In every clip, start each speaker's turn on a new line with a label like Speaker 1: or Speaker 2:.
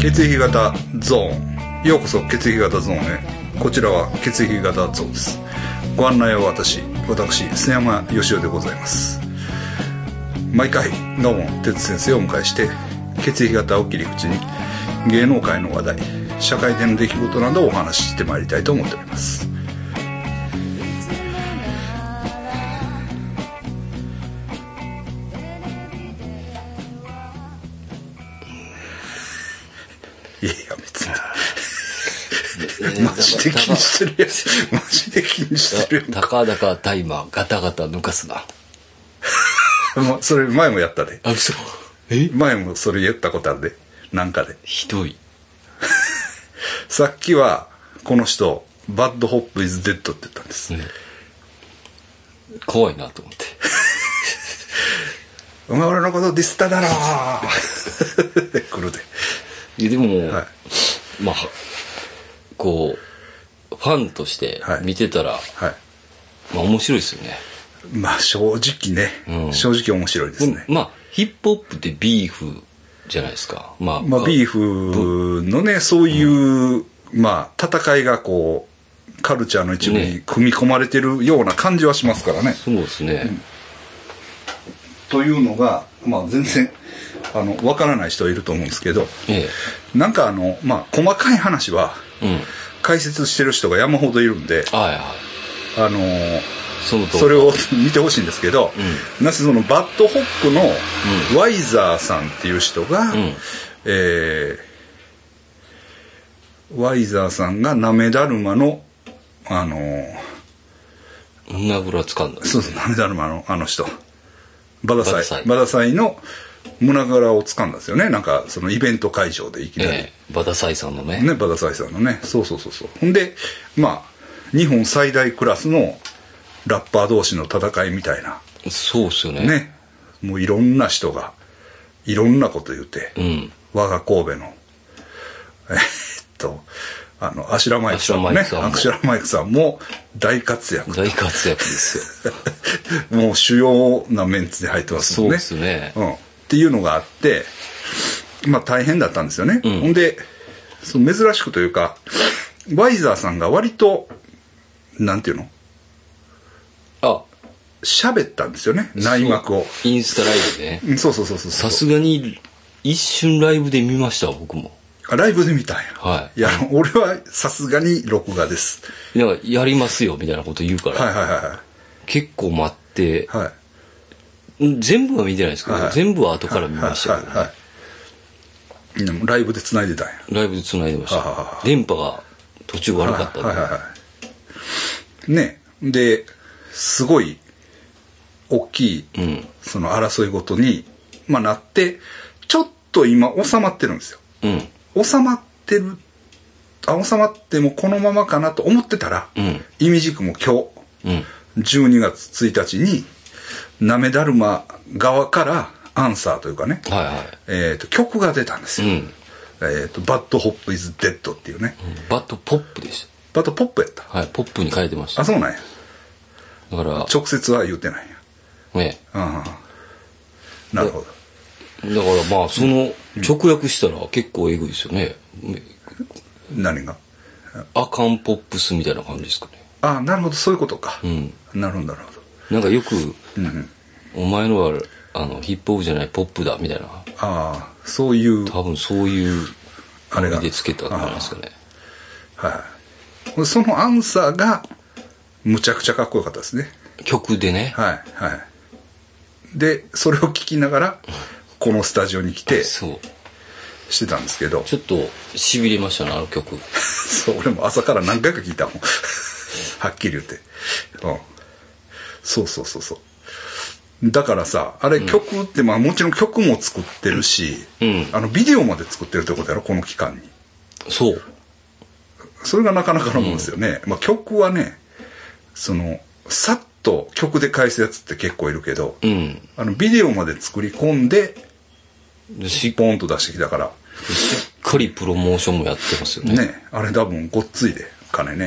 Speaker 1: 血液型ゾーンようこそ血液型ゾーンへこちらは血液型ゾーンですご案内は私私須山義雄でございます毎回どうも哲先生をお迎えして血液型を切り口に芸能界の話題社会での出来事などをお話ししてまいりたいと思っておりますいや別にマジで気にしてるやんマジで気にしてる
Speaker 2: たかだかタイマーガタガタ抜かすな
Speaker 1: やんもうそれ前もやったで
Speaker 2: あそうえ
Speaker 1: 前もそれ言ったことあるでなんかで
Speaker 2: ひどい
Speaker 1: さっきはこの人バッドホップイズデッドって言ったんです
Speaker 2: ね怖いなと思って
Speaker 1: お前俺のことディスっただろー で来るで
Speaker 2: いやでも、
Speaker 1: はい
Speaker 2: まあこうファンとして
Speaker 1: はい
Speaker 2: 見てたら、
Speaker 1: はい
Speaker 2: まあ面白いですよね
Speaker 1: まあ正直ね、
Speaker 2: うん
Speaker 1: 正直面白いですね、
Speaker 2: まあヒップホップってビーフじゃないですかまあ、
Speaker 1: まあビー
Speaker 2: フ
Speaker 1: フのねそういう、まあ戦いがこうカルチャーの一部に
Speaker 2: ね
Speaker 1: 組み込まれてるような感じはしますからね
Speaker 2: そうですね、
Speaker 1: というのが、まあ、全然あのわからない人いると思うんですけど
Speaker 2: え
Speaker 1: なんかあのまあ細かい話は
Speaker 2: えうん
Speaker 1: 解説してる人が山ほどいるんで
Speaker 2: はいはい
Speaker 1: あのー
Speaker 2: そのと
Speaker 1: それを見てほしいんですけど、なぜそのバッドホックのワイザーさんっていう人が、
Speaker 2: ん
Speaker 1: えーワイザーさんがなめだるまのあのー
Speaker 2: 胸ぐらつかんだ
Speaker 1: そうそうなめだるまのあの人バダ
Speaker 2: バダ
Speaker 1: サ
Speaker 2: サイ
Speaker 1: イバダサイの胸ぐらをつかんだんですよねなんかそのイベント会場でいきなり、
Speaker 2: ええバダサイさんのね
Speaker 1: ね、バダサイさんのね。そうそうそうそう。ほんで、まあ、日本最大クラスのラッパー同士の戦いみたいな。
Speaker 2: そうっすよね
Speaker 1: ね。もういろんな人が、いろんなこと言うて、
Speaker 2: うん
Speaker 1: 我が神戸の、えーっと、あの、アシュラマイクさんもね、
Speaker 2: アシュラマ
Speaker 1: アシュラマイ
Speaker 2: イクさんも
Speaker 1: クさんも大活 躍。
Speaker 2: 大活躍ですよ
Speaker 1: もう主要なメンツで入ってますもんね。
Speaker 2: そうですね
Speaker 1: うん。っていうのがあって、まあ大変だったんですよね。
Speaker 2: ん
Speaker 1: ほんで、その珍しくというか、ワイザーさんが割と、なんていうの
Speaker 2: あ
Speaker 1: 喋ったんですよね。内幕を。
Speaker 2: そうインスタライブね
Speaker 1: うんそうそうそうそう。
Speaker 2: さすがに一瞬ライブで見ました僕も
Speaker 1: あライブで見たんや。
Speaker 2: はい
Speaker 1: いや、あの俺はさすがに録画です。
Speaker 2: なんかやりますよみたいなこと言うから、
Speaker 1: はいはいは
Speaker 2: 結構待って
Speaker 1: いはい。はい。
Speaker 2: うん全部は見てないですけど、
Speaker 1: はい
Speaker 2: 全部は後から見ました
Speaker 1: は
Speaker 2: け
Speaker 1: い
Speaker 2: ど、
Speaker 1: はいはい。でもライブで繋いでたんや。
Speaker 2: ライブで繋いでました、
Speaker 1: ははは
Speaker 2: 電波が途中悪かったんで、
Speaker 1: はいはいはいねで、すごい、大きい、
Speaker 2: うん
Speaker 1: その争いごとに、まあなって、ちょっと今収まってるんです
Speaker 2: うん
Speaker 1: よ。収まってる、あ、収まってもこのままかなと思ってたら、
Speaker 2: うん
Speaker 1: イミジクも今
Speaker 2: うん
Speaker 1: 日、12月1日に、なめだるま側からアンサーというかね、
Speaker 2: はいはい
Speaker 1: えっ、と、曲が出たんですよ。
Speaker 2: うん
Speaker 1: えっ、と、バッドホップイズデッドっていうね。
Speaker 2: バットポップでし
Speaker 1: バッドポップやった。
Speaker 2: たはいポップに変えてました
Speaker 1: あ、
Speaker 2: だ
Speaker 1: そうなんや。
Speaker 2: から
Speaker 1: 直接は言ってないんや
Speaker 2: ね
Speaker 1: ああなるほど
Speaker 2: だからまあその直訳したら結構エグいですよね、
Speaker 1: 何が
Speaker 2: アカンポップスみたいな感じですかね
Speaker 1: ああなるほどそういうことか、
Speaker 2: ん
Speaker 1: なるほどなるほど
Speaker 2: なんかよく、
Speaker 1: うんうん
Speaker 2: お前のはあのヒップホップじゃないポップだみたいな
Speaker 1: ああそういう
Speaker 2: 多分そういう
Speaker 1: あれが
Speaker 2: 意味でつけたんじゃないですかね
Speaker 1: はいそのアンサーがむちゃくちゃかっこよかったですね
Speaker 2: 曲でね、
Speaker 1: はいはいでそれを聞きながらこのスタジオに来て
Speaker 2: そう
Speaker 1: してたんですけど
Speaker 2: ちょっとしびれましたねあの曲
Speaker 1: そう俺も朝から何回か聞いたもんはっきり言って、うん、そうそうそうそうだからさあれ曲って、まあもちろん曲も作ってるし、
Speaker 2: うん
Speaker 1: あのビデオまで作ってるってことやろこの期間に
Speaker 2: そう
Speaker 1: それがなかなかのもんですよね、まあ曲はねそのさっと曲で返すやつって結構いるけど、
Speaker 2: うん
Speaker 1: あのビデオまで作り込んで
Speaker 2: でし
Speaker 1: ポンと出してきたから
Speaker 2: しっかりプロモーションもやってますよね
Speaker 1: ねあれ多分ごっついで金ね、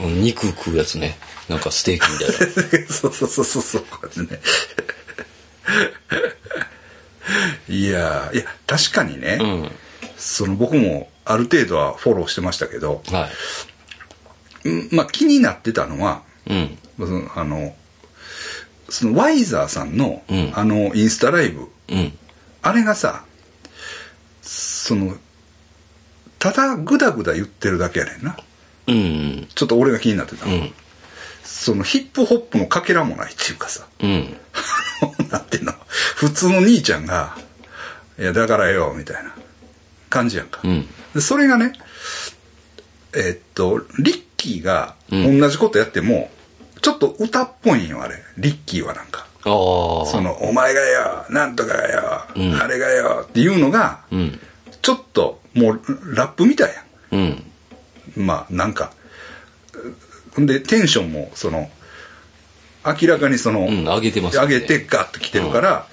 Speaker 1: うん
Speaker 2: うん肉食うやつねなんかステーキみたい な
Speaker 1: そうそうそうそうそう、こうやってね。いやー、いや、確かにね、
Speaker 2: うん
Speaker 1: その僕もある程度はフォローしてましたけど、
Speaker 2: は
Speaker 1: うんまあ気になってたのは、
Speaker 2: い。うん。
Speaker 1: そのあの、そのワイザーさんの、
Speaker 2: うん
Speaker 1: あの、インスタライブ、
Speaker 2: うん。
Speaker 1: あれがさ、その、ただぐだぐだ言ってるだけやねんな。
Speaker 2: うん。
Speaker 1: ちょっと俺が気になってたの、
Speaker 2: うん。
Speaker 1: そのヒップホップのかけらもないっていうかさ、
Speaker 2: うん。
Speaker 1: なんていうの、普通の兄ちゃんが、いや、だからよ、みたいな感じやんか。
Speaker 2: うん。
Speaker 1: でそれがね、えっと、リッキーが同じことやっても、ちょっと歌っぽいんよ、あれ。リッキーはなんか。
Speaker 2: ああ。
Speaker 1: その、お前がよ、なんとかがよ、あれがよ、っていうのが、
Speaker 2: うん。
Speaker 1: ちょっと、もう、ラップみたい
Speaker 2: うん。
Speaker 1: やん。まあ、なんか。んで、テンションも、その、明らかにその、
Speaker 2: うん。上げてます、
Speaker 1: 上げ。てガッと来てるから、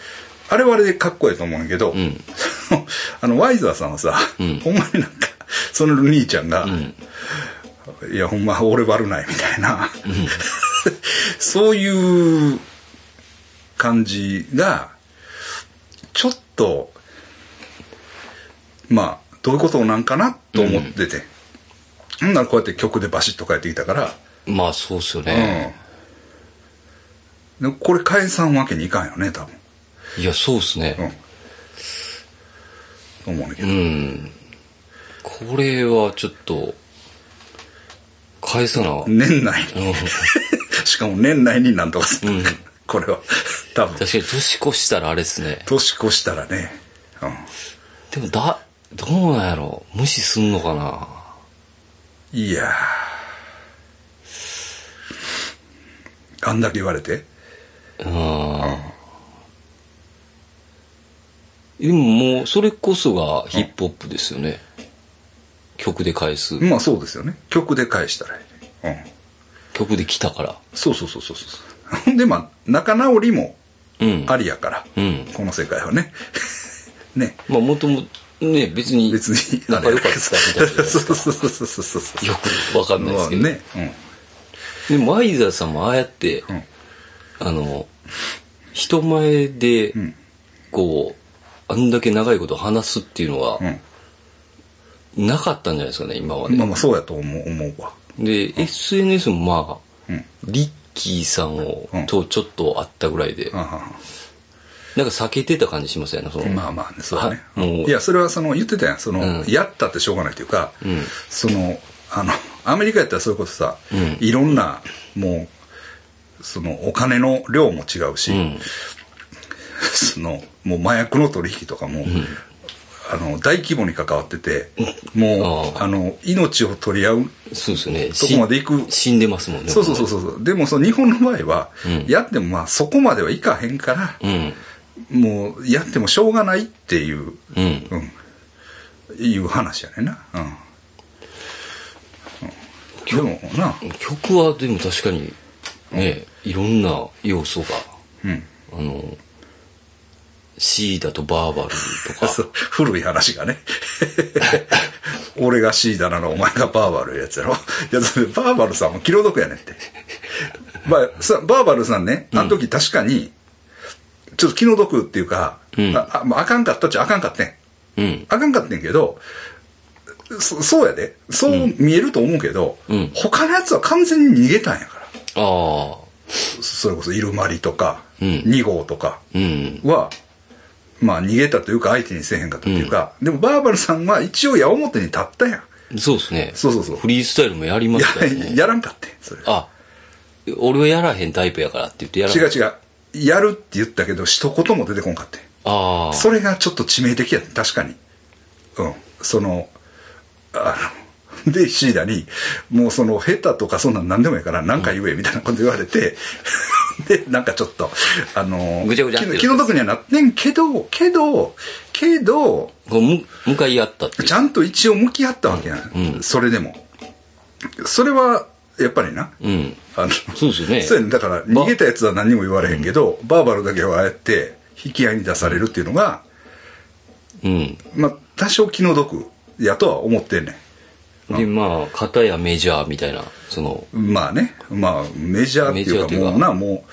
Speaker 1: あれはあれでかっこいいと思うんやけど、
Speaker 2: ん
Speaker 1: あのワイザーさんはさ、
Speaker 2: ん
Speaker 1: ほんまになんかその兄ちゃんが、いやほんま俺悪ないみたいな、 そういう感じがちょっとまあどういうことなんかなと思ってて、ほんならこうやって曲でバシッと変えてきたから、
Speaker 2: まあ、そうっすよね。
Speaker 1: うんでこれ解散わけにいかんよね多分
Speaker 2: いや、そうっすね。
Speaker 1: うん。思うねんけ
Speaker 2: う
Speaker 1: ど。
Speaker 2: ん。これはちょっと、返さな。うん。
Speaker 1: 年内に、 しかも年内になんとかする、
Speaker 2: うん
Speaker 1: これは。多分、
Speaker 2: 確かに年越したらあれっすね。
Speaker 1: 年越したらね。うん。
Speaker 2: でもだ、どうなんやろ無視すんのかない
Speaker 1: やー。あんだけ言われて。
Speaker 2: うん。でももう、それこそがヒップホップですよね。曲で返す。
Speaker 1: まあそうですよね。曲で返したらいいね。うん。
Speaker 2: 曲で来たから。
Speaker 1: そうそうそうそうそう。 ほんでまあ、仲直りも
Speaker 2: うん。
Speaker 1: ありやから。
Speaker 2: うん
Speaker 1: この世界はね。 ね。
Speaker 2: まあ、もとも、ね、別に、
Speaker 1: 別に。
Speaker 2: 仲良かったみたいなじゃないで
Speaker 1: そうそ
Speaker 2: す
Speaker 1: う
Speaker 2: か。
Speaker 1: そうそうそうそう。
Speaker 2: よくわかんないですけど。
Speaker 1: まあね。うん。
Speaker 2: でも、アイザーさんもああやって、
Speaker 1: ん
Speaker 2: あの、人前で、
Speaker 1: ん
Speaker 2: こう、あんだけ長いこと話すっていうのは、なかったんじゃないですかね、今は
Speaker 1: うん、
Speaker 2: ね。
Speaker 1: まあまあそうやと思う思うわ
Speaker 2: で、SNS もまあ、
Speaker 1: ん
Speaker 2: リッキーさんを、
Speaker 1: うん
Speaker 2: とちょっと会ったぐらいで、
Speaker 1: あはは
Speaker 2: なんか避けてた感じしますよね、その。
Speaker 1: まあまあねそうだね
Speaker 2: あもう
Speaker 1: いやそれはその言ってたやんその、
Speaker 2: うん
Speaker 1: やったってしょうがないというか、
Speaker 2: ん
Speaker 1: そのあのアメリカやったらそういうことさ、
Speaker 2: うん
Speaker 1: いろんなもうそのお金の量も違うし、
Speaker 2: うん。
Speaker 1: そのもう麻薬の取引とかも、あの大規模に関わってて、もう
Speaker 2: ああ
Speaker 1: あの命を取り合う
Speaker 2: そうですよね。
Speaker 1: とこまで行く
Speaker 2: し死んでますもんね。
Speaker 1: そうそうそうそうそうでもその日本の場合は、
Speaker 2: うん
Speaker 1: やってもまあそこまではいかへんから、
Speaker 2: うん。
Speaker 1: もうやってもしょうがないっていう、
Speaker 2: うん。
Speaker 1: うん、いう話やねんな。うん。うん、でもな、
Speaker 2: 曲はでも確かに、ね、いろんな要素が、
Speaker 1: うん。
Speaker 2: あの、シーダとバーバルとか、
Speaker 1: そう古い話がね。 俺がシーダならお前がバーバルいうやつやろ。いや、それバーバルさんも気の毒やねんって。まあ、さバーバルさんね、あの時確かに、ちょっと気の毒っていうか、
Speaker 2: うん
Speaker 1: ああまああかんかったっちゃあかんかってん。
Speaker 2: うん。
Speaker 1: あかんかってんけど、そそうやで。そう見えると思うけど、
Speaker 2: うん
Speaker 1: 他のやつは完全に逃げたんやから。
Speaker 2: ああ、
Speaker 1: そそれこそイルマリとか、
Speaker 2: うん
Speaker 1: 2号とか
Speaker 2: うん。
Speaker 1: は、まあ逃げたというか相手にせえへんかったというか、でもバーバルさんは一応矢面に立ったやん。
Speaker 2: そうですね。
Speaker 1: そうそうそう
Speaker 2: フリースタイルもやりますから
Speaker 1: や
Speaker 2: ね。
Speaker 1: やらんかってんそれ。
Speaker 2: あ、俺はやらへんタイプやからって言ってやら
Speaker 1: 違う
Speaker 2: う。
Speaker 1: 違う。やるって言ったけど、一言も出てこんかってん
Speaker 2: ああ。
Speaker 1: それがちょっと致命的やね確かに。うん。その、あの、で、シーダに、もうその、下手とかそんなん何でもいいから、なんか言え、みたいなこと言われて、で、なんかちょっと、あの、
Speaker 2: ぐちゃぐちゃって
Speaker 1: 気
Speaker 2: る
Speaker 1: の気の毒にはなってんけど、けど、けど、
Speaker 2: こうむ向かい合ったっていう
Speaker 1: ちゃんと一応向き合ったわけやん。
Speaker 2: うん
Speaker 1: それでも。それは、やっぱりな。
Speaker 2: うん。
Speaker 1: あの、
Speaker 2: そうですよね。
Speaker 1: そうやねだから逃げたやつは何にも言われへんけど、バーバルだけはああやって引き合いに出されるっていうのが、
Speaker 2: うん。
Speaker 1: まあ、多少気の毒やとは思ってんね
Speaker 2: で、まあ、片やメジャーみたいな、その、
Speaker 1: ん。まあね、まあ、メジャーっていう
Speaker 2: メジャーっていう
Speaker 1: か、
Speaker 2: か
Speaker 1: もうな、も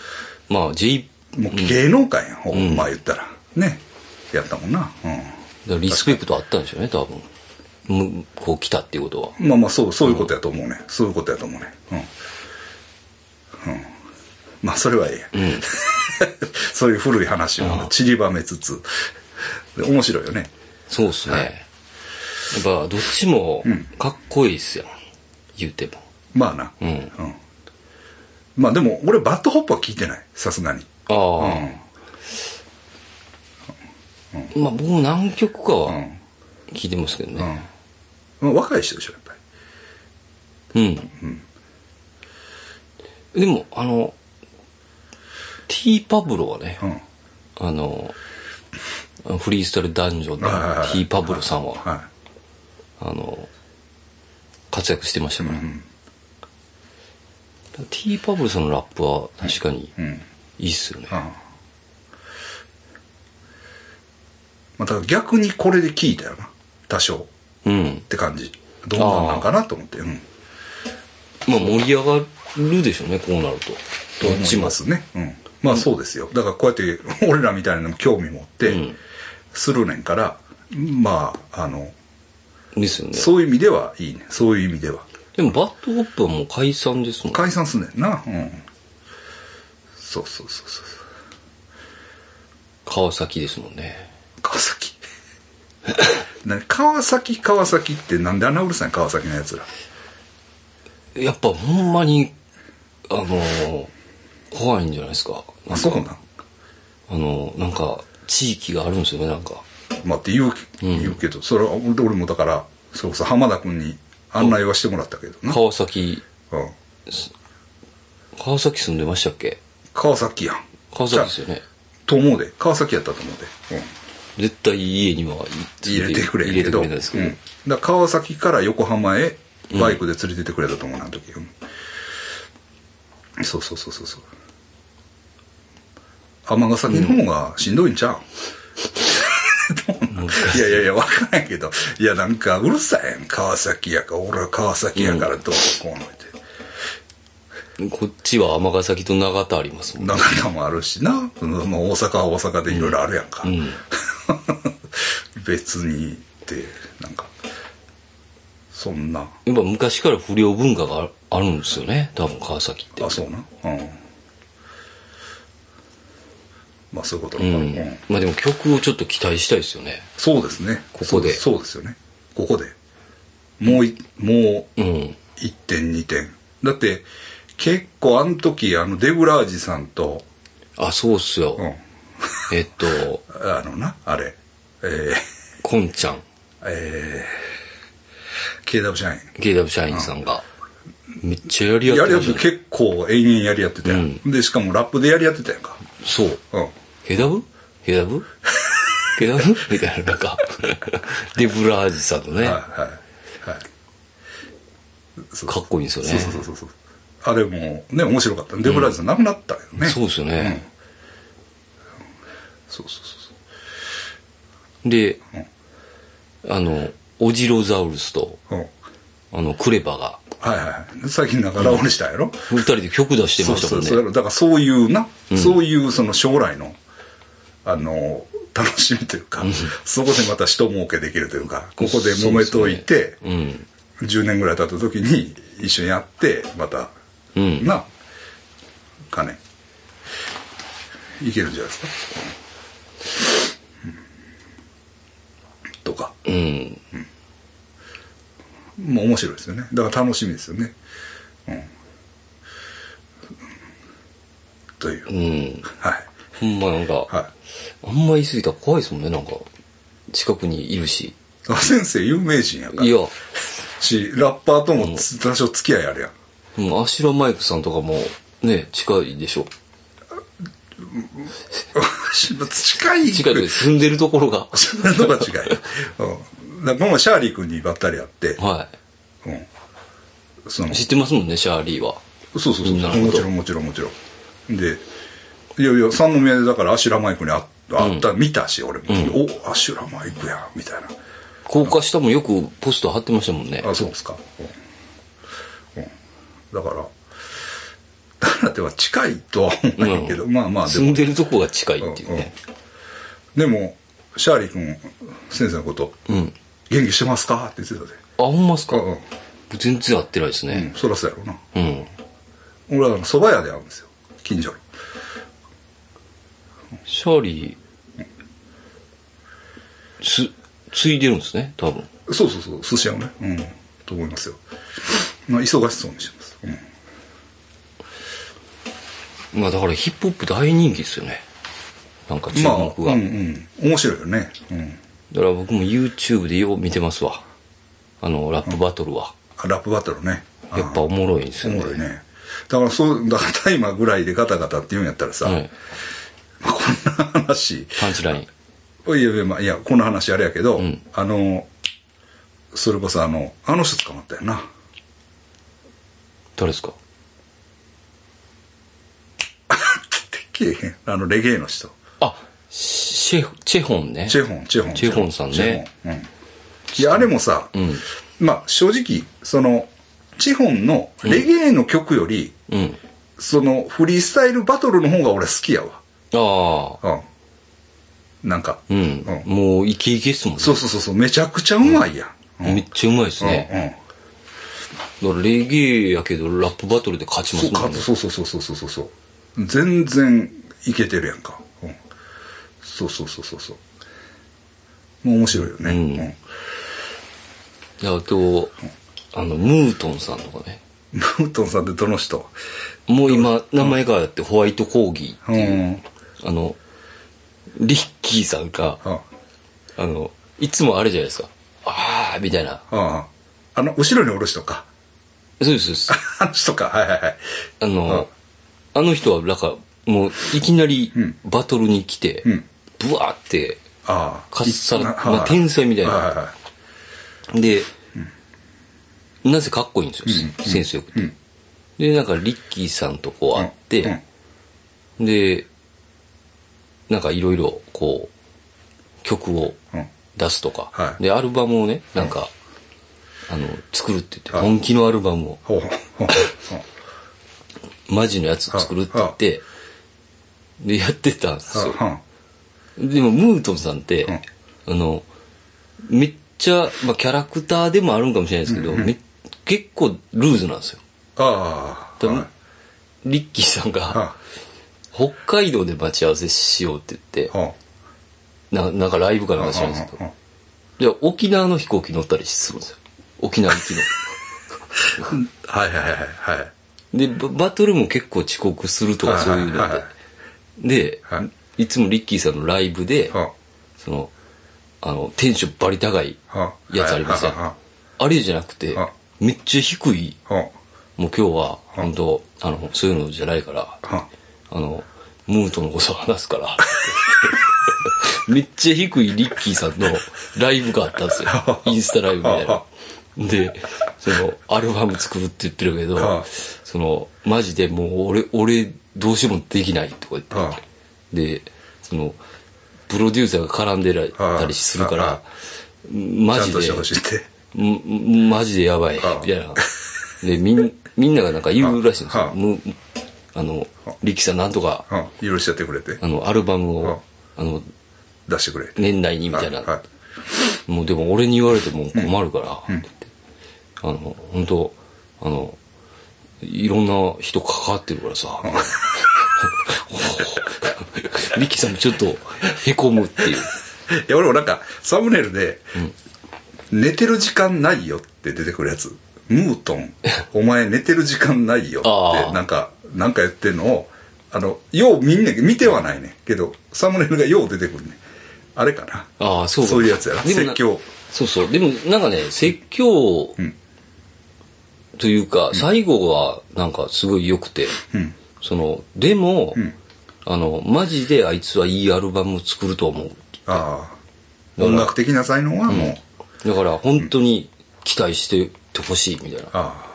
Speaker 2: まあ、J、
Speaker 1: う、もう芸能界やん、ほんま言ったら。ね。やったもんな。うん。
Speaker 2: だからリスペクトあったんでしょうね、多分。むこう来たっていうことは。
Speaker 1: まあまあそうそういうことやと思うね、そういうことやと思うねうん、うん、まあそれはええや、 そういう古い話を
Speaker 2: ああ
Speaker 1: 散りばめつつで面白いよね
Speaker 2: そうですね。やっぱ、どっちも、かっこいいっすよ。言うても。
Speaker 1: まあな
Speaker 2: う
Speaker 1: うん
Speaker 2: ん。
Speaker 1: まあでも俺バッドホップは聞いてないさすがに
Speaker 2: ああ、まあ僕も何曲か
Speaker 1: う
Speaker 2: は
Speaker 1: ん、
Speaker 2: 聞いてますけどね。
Speaker 1: まあ、若い人でしょやっぱり
Speaker 2: うん。でも、あの、T パブロはね、
Speaker 1: うん
Speaker 2: あの、フリースタイルダンジョン
Speaker 1: はいはいはい
Speaker 2: の T パブロさんは、
Speaker 1: は
Speaker 2: あの、活躍してましたから。だから T パブロさんのラップは確かに
Speaker 1: いうん
Speaker 2: いいっすよね。
Speaker 1: ああまあ、だから逆にこれで聞いたよな多少っ
Speaker 2: うん。
Speaker 1: て感じどんなんなんかなと思ってうん
Speaker 2: まあ盛り上がるでしょうね、こうなると。
Speaker 1: と思いますね、うん、まあそうですよだからこうやって俺らみたいなのも興味持っ
Speaker 2: う
Speaker 1: て
Speaker 2: ん
Speaker 1: するねんから、まああの
Speaker 2: ですよね。
Speaker 1: そういう意味ではいいねそういう意味では
Speaker 2: でも、バッドホップはもう解散ですもん。
Speaker 1: 解散すんねんなうんそうそうそうそう
Speaker 2: 川崎ですもんね。
Speaker 1: 川 崎何川崎川崎ってなんであんなうるさいん川崎のやつら
Speaker 2: やっぱほんまに、あのー怖いんじゃないですか。な
Speaker 1: あ
Speaker 2: ん
Speaker 1: そう
Speaker 2: か、
Speaker 1: なん
Speaker 2: あのーなんか、地域があるんですよね、なんか。
Speaker 1: まあって言う,、言うけどそれは俺俺もだからそれこそ浜田君に案内はしてもらったけどな、
Speaker 2: 川崎、
Speaker 1: うん、
Speaker 2: 川崎住んでましたっけ
Speaker 1: 川崎やん
Speaker 2: 川崎ですよね。
Speaker 1: と思うで川崎やったと思うで、うん
Speaker 2: 絶対家には
Speaker 1: 入れてくれ
Speaker 2: 入れ
Speaker 1: んけ
Speaker 2: てく
Speaker 1: ど
Speaker 2: れないですけ
Speaker 1: う
Speaker 2: ど
Speaker 1: ん、だ。から川崎から横浜へバイクで連れてってくれたと思うなあの時、うんそうそうそうそうそう尼崎の方がしんどいんちゃう、
Speaker 2: もう
Speaker 1: いやいやいや、わからんけど。いや、なんか、うるさいやん。川崎やから、俺は川崎やから、どうこうのって。
Speaker 2: こっちは尼崎と長田ありますもん。
Speaker 1: 長田もあるしな。そのまあ、大阪は大阪でいろいろあるやん か。
Speaker 2: うん。
Speaker 1: 別にって、なんか、そんな。
Speaker 2: やっぱ昔から不良文化がああるんですよね、多分川崎って
Speaker 1: あ、。そうな。うん。まあ、そういうこと
Speaker 2: う
Speaker 1: なのかな、うん
Speaker 2: ん。まあでも曲をちょっと期待したいですよね。
Speaker 1: そうですね。
Speaker 2: ここで
Speaker 1: そうですそうですよね。ここで。もうい、もう、
Speaker 2: うん。
Speaker 1: 1点、2点。だって、結構あの時、あの、デブラージさんと、
Speaker 2: あ、そうっすよ。
Speaker 1: うん。
Speaker 2: えっと、
Speaker 1: あのな、あれ、えー、
Speaker 2: こんちゃん、
Speaker 1: えー、KW 社員。
Speaker 2: KW 社員さんが、めっちゃやり合
Speaker 1: や
Speaker 2: って
Speaker 1: り合
Speaker 2: ま
Speaker 1: っ
Speaker 2: した
Speaker 1: て
Speaker 2: ね
Speaker 1: 結構永遠やり合ってたやん。で、しかもラップでやり合ってたやんか。
Speaker 2: そう。
Speaker 1: うん。
Speaker 2: KW?KW? KW? みたいな、なんか、デブラージさんの
Speaker 1: は
Speaker 2: ね、
Speaker 1: い
Speaker 2: か
Speaker 1: はい。はい。そう
Speaker 2: っこいいんですよね。
Speaker 1: そうそうそうそう。あれも、ね、面白かった。デブラージさん亡くなったよね。
Speaker 2: そうですよね。
Speaker 1: そうそうそう
Speaker 2: で、あの、オジロザウルスと、
Speaker 1: そう。うん。
Speaker 2: あの、クレバが、
Speaker 1: はいはいはい。最近仲直りしたんやろ、
Speaker 2: 二人で曲出して
Speaker 1: そ
Speaker 2: ま
Speaker 1: う
Speaker 2: した
Speaker 1: そ
Speaker 2: も
Speaker 1: うんそう
Speaker 2: ね。
Speaker 1: だからそういうな、そういうその将来のあの楽しみというか、そこでまた人儲けできるというかここで揉めといて、
Speaker 2: うん。
Speaker 1: 10年ぐらい経った時に一緒にやってまた、
Speaker 2: うん。
Speaker 1: な金いけるんじゃないですか、うんとか
Speaker 2: うん。
Speaker 1: もう面白いですよねだから楽しみですよね、うん、という、
Speaker 2: うん。
Speaker 1: はい
Speaker 2: ほんまなんか、
Speaker 1: はい
Speaker 2: あんま言い過ぎたら怖いですもんね、なんか。近くにいるし。
Speaker 1: あ先生有名人やから
Speaker 2: いや、
Speaker 1: しラッパーともつ多少付き合いあるやん
Speaker 2: うん、アシュラマイクさんとかも、ね、近いでしょ。
Speaker 1: 近い
Speaker 2: 近いで住んでるところが。
Speaker 1: そんなのが違い、うん、だからこの前シャーリー君にばったり会って、
Speaker 2: は
Speaker 1: うん、その
Speaker 2: い。知ってますもんね、シャーリーは。
Speaker 1: そうそうそう
Speaker 2: なるほど
Speaker 1: もちろんもちろんもちろんでいやいや三宮でだからアシュラマイクに会った会った、見たし俺も、おアシュラマイクやみたいな
Speaker 2: 高架下もよくポスト貼ってましたもんね。
Speaker 1: あそうですか、うんうんだから だからでは近いとは思わないけど、まあまあで
Speaker 2: 住
Speaker 1: も
Speaker 2: んでるとこが近いっていうね。
Speaker 1: でもシャーリー君先生のこと
Speaker 2: うん。
Speaker 1: 元気してますか?」って言ってたで
Speaker 2: あ、ほんまっす
Speaker 1: う
Speaker 2: か
Speaker 1: んうん、
Speaker 2: 全然合ってないです
Speaker 1: うん
Speaker 2: ね。、
Speaker 1: そらそうやろうな
Speaker 2: うん。
Speaker 1: 俺はあの蕎麦屋で会うんですよ近所の
Speaker 2: シャーリー、す、ついでるんですね、多分。
Speaker 1: そうそうそう寿司屋をねうんと思いますよまあ忙しそうにしてます、うん
Speaker 2: まあだからヒップホップ大人気ですよね。なんか注
Speaker 1: まあ
Speaker 2: 目が。
Speaker 1: うんうん面白いよね、うん、
Speaker 2: だから僕も YouTube でよう見てますわ。あの、ラップバトルは。
Speaker 1: あラップバトルねあ
Speaker 2: やっぱおもろいんです
Speaker 1: お
Speaker 2: よね。
Speaker 1: もろいねだからそうだからタイマーぐらいでガタガタって言うんやったらさ、
Speaker 2: はい。
Speaker 1: こんな話
Speaker 2: パンチライン。
Speaker 1: いやいや,、まあ、いやこの話あれやけど、
Speaker 2: ん
Speaker 1: あのそれこそあのあの人捕まったよな
Speaker 2: 誰ですか
Speaker 1: てっきりあのレゲエの人
Speaker 2: あ、シェ、チェホンね。
Speaker 1: チェホンチェホン
Speaker 2: チェホンさんね
Speaker 1: チェホンうんいやあれもさ、
Speaker 2: ん
Speaker 1: まあ正直そのチェホンのレゲエの曲より、
Speaker 2: うん。
Speaker 1: そのフリースタイルバトルの方が俺好きやわ
Speaker 2: ああ。
Speaker 1: うんなんか、
Speaker 2: うん
Speaker 1: うん。
Speaker 2: もうイケイケっすもんね。
Speaker 1: そうそうそうそうめちゃくちゃうまいやん、うん
Speaker 2: めっちゃうまいですね。
Speaker 1: うん
Speaker 2: だからレゲエやけどラップバトルで勝ちま
Speaker 1: そう
Speaker 2: すも
Speaker 1: か
Speaker 2: んね。
Speaker 1: そうそうそうそうそうそうそう全然いけてるやんか、うん、そうそうそうそうそうもう面白いよね、
Speaker 2: うんであと、あの、ムートンさんとか
Speaker 1: うん
Speaker 2: ね。
Speaker 1: ムートンさんってどの人
Speaker 2: もう今、名前があってホワイトコーギーって
Speaker 1: うん、
Speaker 2: いう、
Speaker 1: うん
Speaker 2: あの、リッキーさんが、
Speaker 1: あ
Speaker 2: あの、いつもあれじゃないですか。あー、みたいな。
Speaker 1: ああの後ろにおる人か
Speaker 2: そうです、そうです。
Speaker 1: あの人かはいはいはい
Speaker 2: あの、あの人は、なんか、もう、いきなり
Speaker 1: うん、
Speaker 2: バトルに来て
Speaker 1: うん、
Speaker 2: ブワーって、
Speaker 1: ああ
Speaker 2: かっさら、
Speaker 1: な
Speaker 2: まあ、天才みたい
Speaker 1: はい
Speaker 2: な。
Speaker 1: はいはい
Speaker 2: で、なぜかっこいいんですよ、センスよくて。で、なんか、リッキーさんとこう会って、で、なんか、いろいろ、こう、曲を
Speaker 1: うんうん
Speaker 2: 出すとか、
Speaker 1: はい
Speaker 2: で、アルバムをね、なんか、あの、作るって言って、
Speaker 1: はい
Speaker 2: 本気のアルバムを、
Speaker 1: ほうほうほう
Speaker 2: マジのやつ作るって言って、で、やってたんですよ。
Speaker 1: うん
Speaker 2: でも、ムートンさんって、あの、めっちゃ、まあ、キャラクターでもあるんかもしれないですけど、め結構ルーズなんですよ。
Speaker 1: ああ
Speaker 2: 多分リッキーさんが、
Speaker 1: あ
Speaker 2: 北海道で待ち合わせしようって言って、
Speaker 1: あ
Speaker 2: ななんかライブかなんか知らないですけど、で、沖縄の飛行機乗ったりするんですよ。沖縄行きの。
Speaker 1: はいはいはいはい
Speaker 2: でバ、バトルも結構遅刻するとかそういうので。
Speaker 1: はいはいは
Speaker 2: で、、
Speaker 1: はい
Speaker 2: つもリッキーさんのライブで、
Speaker 1: は
Speaker 2: その、あの、テンションバリ高い
Speaker 1: は
Speaker 2: やつありますよ
Speaker 1: はいはいはい。
Speaker 2: あれじゃなくて
Speaker 1: は、
Speaker 2: めっちゃ低い、
Speaker 1: あは
Speaker 2: もう今日は、本当あの、そういうのじゃないから、
Speaker 1: あは
Speaker 2: あの、ムートのこと話すから、めっちゃ低いリッキーさんのライブがあったんですよ。 インスタライブみたいな。で、その、アルバム作るって言ってるけ
Speaker 1: は
Speaker 2: ど
Speaker 1: あ、
Speaker 2: その、マジでもう俺、俺、どうしてもできないとか言っ
Speaker 1: はあ
Speaker 2: て。で、その、プロデューサーが絡んでら
Speaker 1: はあ
Speaker 2: たりするか
Speaker 1: は
Speaker 2: ら、マ
Speaker 1: ちゃん
Speaker 2: ジ
Speaker 1: とし
Speaker 2: で
Speaker 1: て、ほしいって
Speaker 2: んんマジでやばい、み
Speaker 1: ああ
Speaker 2: たいな。で、みん、みんながなんか言うらしいんです
Speaker 1: あ
Speaker 2: よ。
Speaker 1: あ
Speaker 2: むあの、力さんなんとか、
Speaker 1: はあ許しちゃってくれて
Speaker 2: あの、アルバム
Speaker 1: あ
Speaker 2: を、あの、
Speaker 1: 出してくれ
Speaker 2: 年内にみたい
Speaker 1: はいは。
Speaker 2: ないもうでも俺に言われても困るから、って言ってあの、本当あの、いろんな人関わってるからさ、 ミキさんもちょっとへこむってい
Speaker 1: い
Speaker 2: う。
Speaker 1: や俺もなんかサムネイルで「寝てる時間ないよ」って出てくるやつ「ムートン お前寝てる時間ないよ」っ
Speaker 2: あ
Speaker 1: て
Speaker 2: あ
Speaker 1: なんかなんか言ってんのをあのよう見んねん見てはないねんけどサムネイルがよう出てくるねんあれかな
Speaker 2: ああ、そうか
Speaker 1: そういうやつやな
Speaker 2: でも
Speaker 1: 説教
Speaker 2: そうそう。でもなんかね、説教
Speaker 1: ん
Speaker 2: というか、最後はなんかすごい良くて、
Speaker 1: うん
Speaker 2: その、でも、
Speaker 1: うん
Speaker 2: あの、マジであいつはいいアルバムを作ると思う。
Speaker 1: ああ
Speaker 2: だから
Speaker 1: 音楽的な才能はもう、
Speaker 2: だから本当に期待しててほしいみたいな。
Speaker 1: あ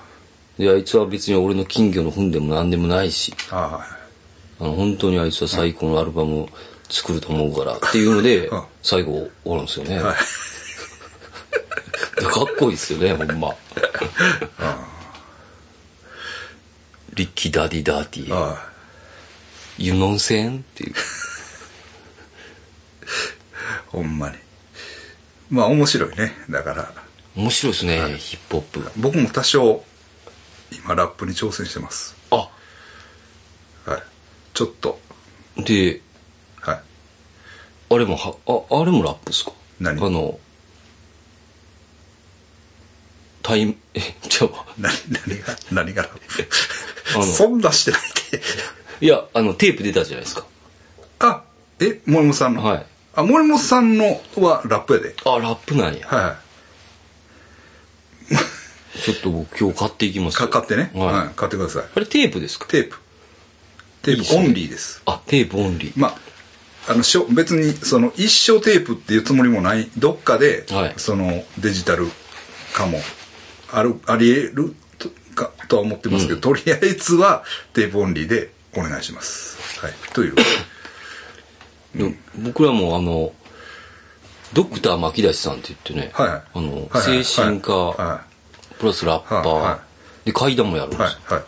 Speaker 2: で、あいつは別に俺の金魚の糞でも何でもないし、
Speaker 1: ああ
Speaker 2: あの本当にあいつは最高のアルバムを作ると思うからっていうの で
Speaker 1: うん、
Speaker 2: 最後終わるんですよね。
Speaker 1: あはい
Speaker 2: でかっこいいですよね、ほんま。リッキーダディダーティー。
Speaker 1: ああ
Speaker 2: ユノンセンっていう。
Speaker 1: ほんまに。まあ面白いねだから
Speaker 2: 面白いですね、ヒップホップ。
Speaker 1: 僕も多少今ラップに挑戦してます
Speaker 2: あ、
Speaker 1: はいちょっと
Speaker 2: で、
Speaker 1: はい
Speaker 2: あれもは、あ、あれもラップですか
Speaker 1: 何
Speaker 2: あの、タイム、え、ちゃうわ
Speaker 1: 何何が何がラッ
Speaker 2: あ
Speaker 1: プ
Speaker 2: の
Speaker 1: そんなしてないって
Speaker 2: いや、あの、テープ出たじゃないですか。
Speaker 1: あえ森本さんの
Speaker 2: はい
Speaker 1: あ森本さんのはラップやで
Speaker 2: あ、ラップなんや。
Speaker 1: はいはい
Speaker 2: ちょっと僕今日買っていきます
Speaker 1: か
Speaker 2: よ。
Speaker 1: 買ってね、
Speaker 2: はい。
Speaker 1: はい、買ってください
Speaker 2: あれテープですか
Speaker 1: テープテ
Speaker 2: いいっ
Speaker 1: ー
Speaker 2: す
Speaker 1: プオ
Speaker 2: ね
Speaker 1: ンリーです
Speaker 2: あ、テープオンリー。
Speaker 1: まああのしょ別にその一生テープっていうつもりもないどっかで、
Speaker 2: はい
Speaker 1: そのデジタル化もあるありえるとかとは思ってますけど、とりあえずはテープオンリーでお願いします、はい、という
Speaker 2: で僕らもあの、ドクター牧大さんって言ってね、
Speaker 1: はいはい
Speaker 2: あの、
Speaker 1: はいはい
Speaker 2: 精神科、
Speaker 1: は
Speaker 2: プラスラッパー、
Speaker 1: はいは
Speaker 2: で、階段もやるん
Speaker 1: い
Speaker 2: です、
Speaker 1: はいは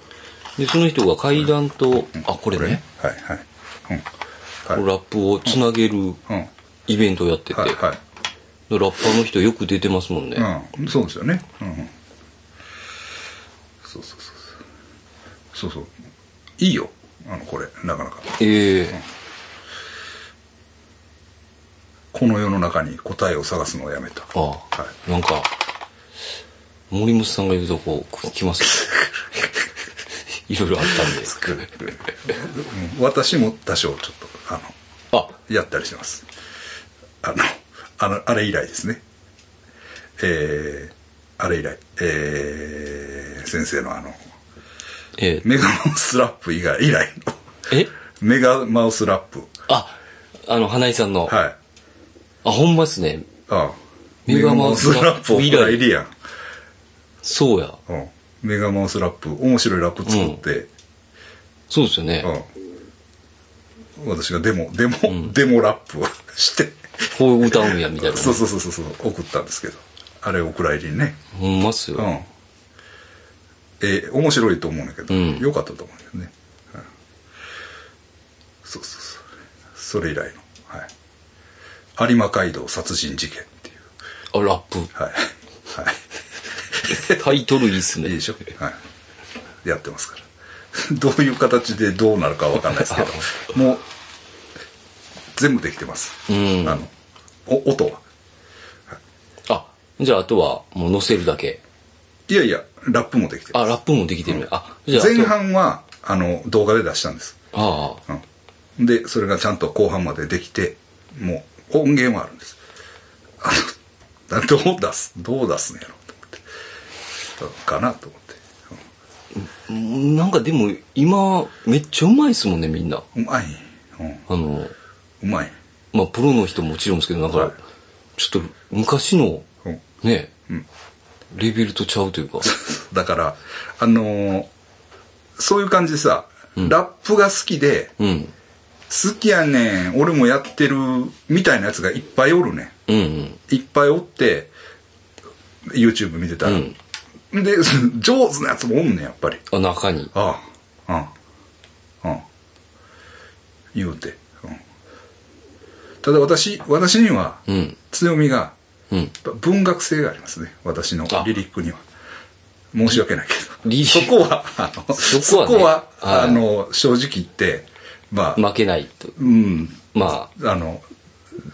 Speaker 1: い
Speaker 2: で、その人が階段と、あ、これね、
Speaker 1: はいはい
Speaker 2: こ
Speaker 1: うん
Speaker 2: の
Speaker 1: はい
Speaker 2: ラップをつなげる
Speaker 1: うんはい
Speaker 2: イベントをやってて、
Speaker 1: は
Speaker 2: でラッパーの人よく出てますもんね。
Speaker 1: いうんそうですよねうんうんそうそうそうそうそうそういいよあのこれなかなか
Speaker 2: ええ
Speaker 1: この世の中に答えを探すのをやめた。
Speaker 2: あ
Speaker 1: は
Speaker 2: なんか、森本さんが言うとこう、来ますねいろいろあったんで。
Speaker 1: うん私も多少ちょっと、あ
Speaker 2: あ、
Speaker 1: の、やったりします。あの、あの、あれ以来ですね。えー、あれ以来、えー、先生のあの、
Speaker 2: え
Speaker 1: メガマウスラップ以外、以来の、
Speaker 2: え
Speaker 1: メガマウスラップ。
Speaker 2: あ、あの、花井さんの。
Speaker 1: はい。
Speaker 2: あ、ほんまっすね。
Speaker 1: ああ
Speaker 2: メガマウスラップ
Speaker 1: メ
Speaker 2: 以来
Speaker 1: ガマウスラップ以来やん。
Speaker 2: そうや。
Speaker 1: うんメガマウスラップ、面白いラップ作って、
Speaker 2: そうですよね。
Speaker 1: うん、私がデモデモ、デモラップを して
Speaker 2: こう歌うんや、みたいな。
Speaker 1: そうそうそうそうそう送ったんですけどあれお蔵入りにね
Speaker 2: ほんまっす
Speaker 1: うん
Speaker 2: よ。
Speaker 1: えー面白いと思うんだけど、
Speaker 2: うん
Speaker 1: よかったと思うんだけどね、うんそうそうそうそれ以来の、はい、有馬街道殺人事件っていう
Speaker 2: あ、ラップ。
Speaker 1: はい、はい
Speaker 2: タイトルいいっす ね。
Speaker 1: いいでしょ、はい、やってますから どういう形でどうなるかわかんないですけど もう全部できてます、
Speaker 2: うん
Speaker 1: あのお音は
Speaker 2: あ、じゃああとはもう載せるだけ。
Speaker 1: いやいやラップもできて
Speaker 2: あ、
Speaker 1: ま
Speaker 2: ラップもできてるね。あ、じゃあ
Speaker 1: す
Speaker 2: あと。
Speaker 1: 前半はあの動画で出したんです、
Speaker 2: ああ。
Speaker 1: うん、でそれがちゃんと後半までできてもう音源はあるんですあのど う出すどう出すんやろと思ってかなと思って
Speaker 2: うんなんかでも今、めっちゃうまいっすもんね、みんな。
Speaker 1: うまい、うん、
Speaker 2: あの、
Speaker 1: うまい、
Speaker 2: まあ、プロの人ももちろんですけど、なん
Speaker 1: はい
Speaker 2: か、ちょっと昔の、
Speaker 1: うん
Speaker 2: ね、
Speaker 1: うん
Speaker 2: レベルとちゃうというか。
Speaker 1: だから、あのーそういう感じでさ、ラップが好きで、
Speaker 2: うん。
Speaker 1: 好きやねん、俺もやってる、みたいなやつがいっぱいおるね
Speaker 2: うんうん。
Speaker 1: ん。いっぱいおって、YouTube 見てたら。で、 上手なやつもおんねん、やっぱり。
Speaker 2: あ、中に。
Speaker 1: ああ、うん、うん。言うて。うん、ただ私、私には
Speaker 2: うん。
Speaker 1: 強みが、
Speaker 2: うん。
Speaker 1: やっぱ文学性がありますね私の
Speaker 2: あ
Speaker 1: リリックには申し訳ないけど
Speaker 2: リリ
Speaker 1: そこはあの
Speaker 2: そ
Speaker 1: そ
Speaker 2: こはね
Speaker 1: こは
Speaker 2: は
Speaker 1: あ
Speaker 2: い
Speaker 1: の正直言ってまあ、
Speaker 2: 負けないと。
Speaker 1: うん
Speaker 2: まあ、
Speaker 1: あの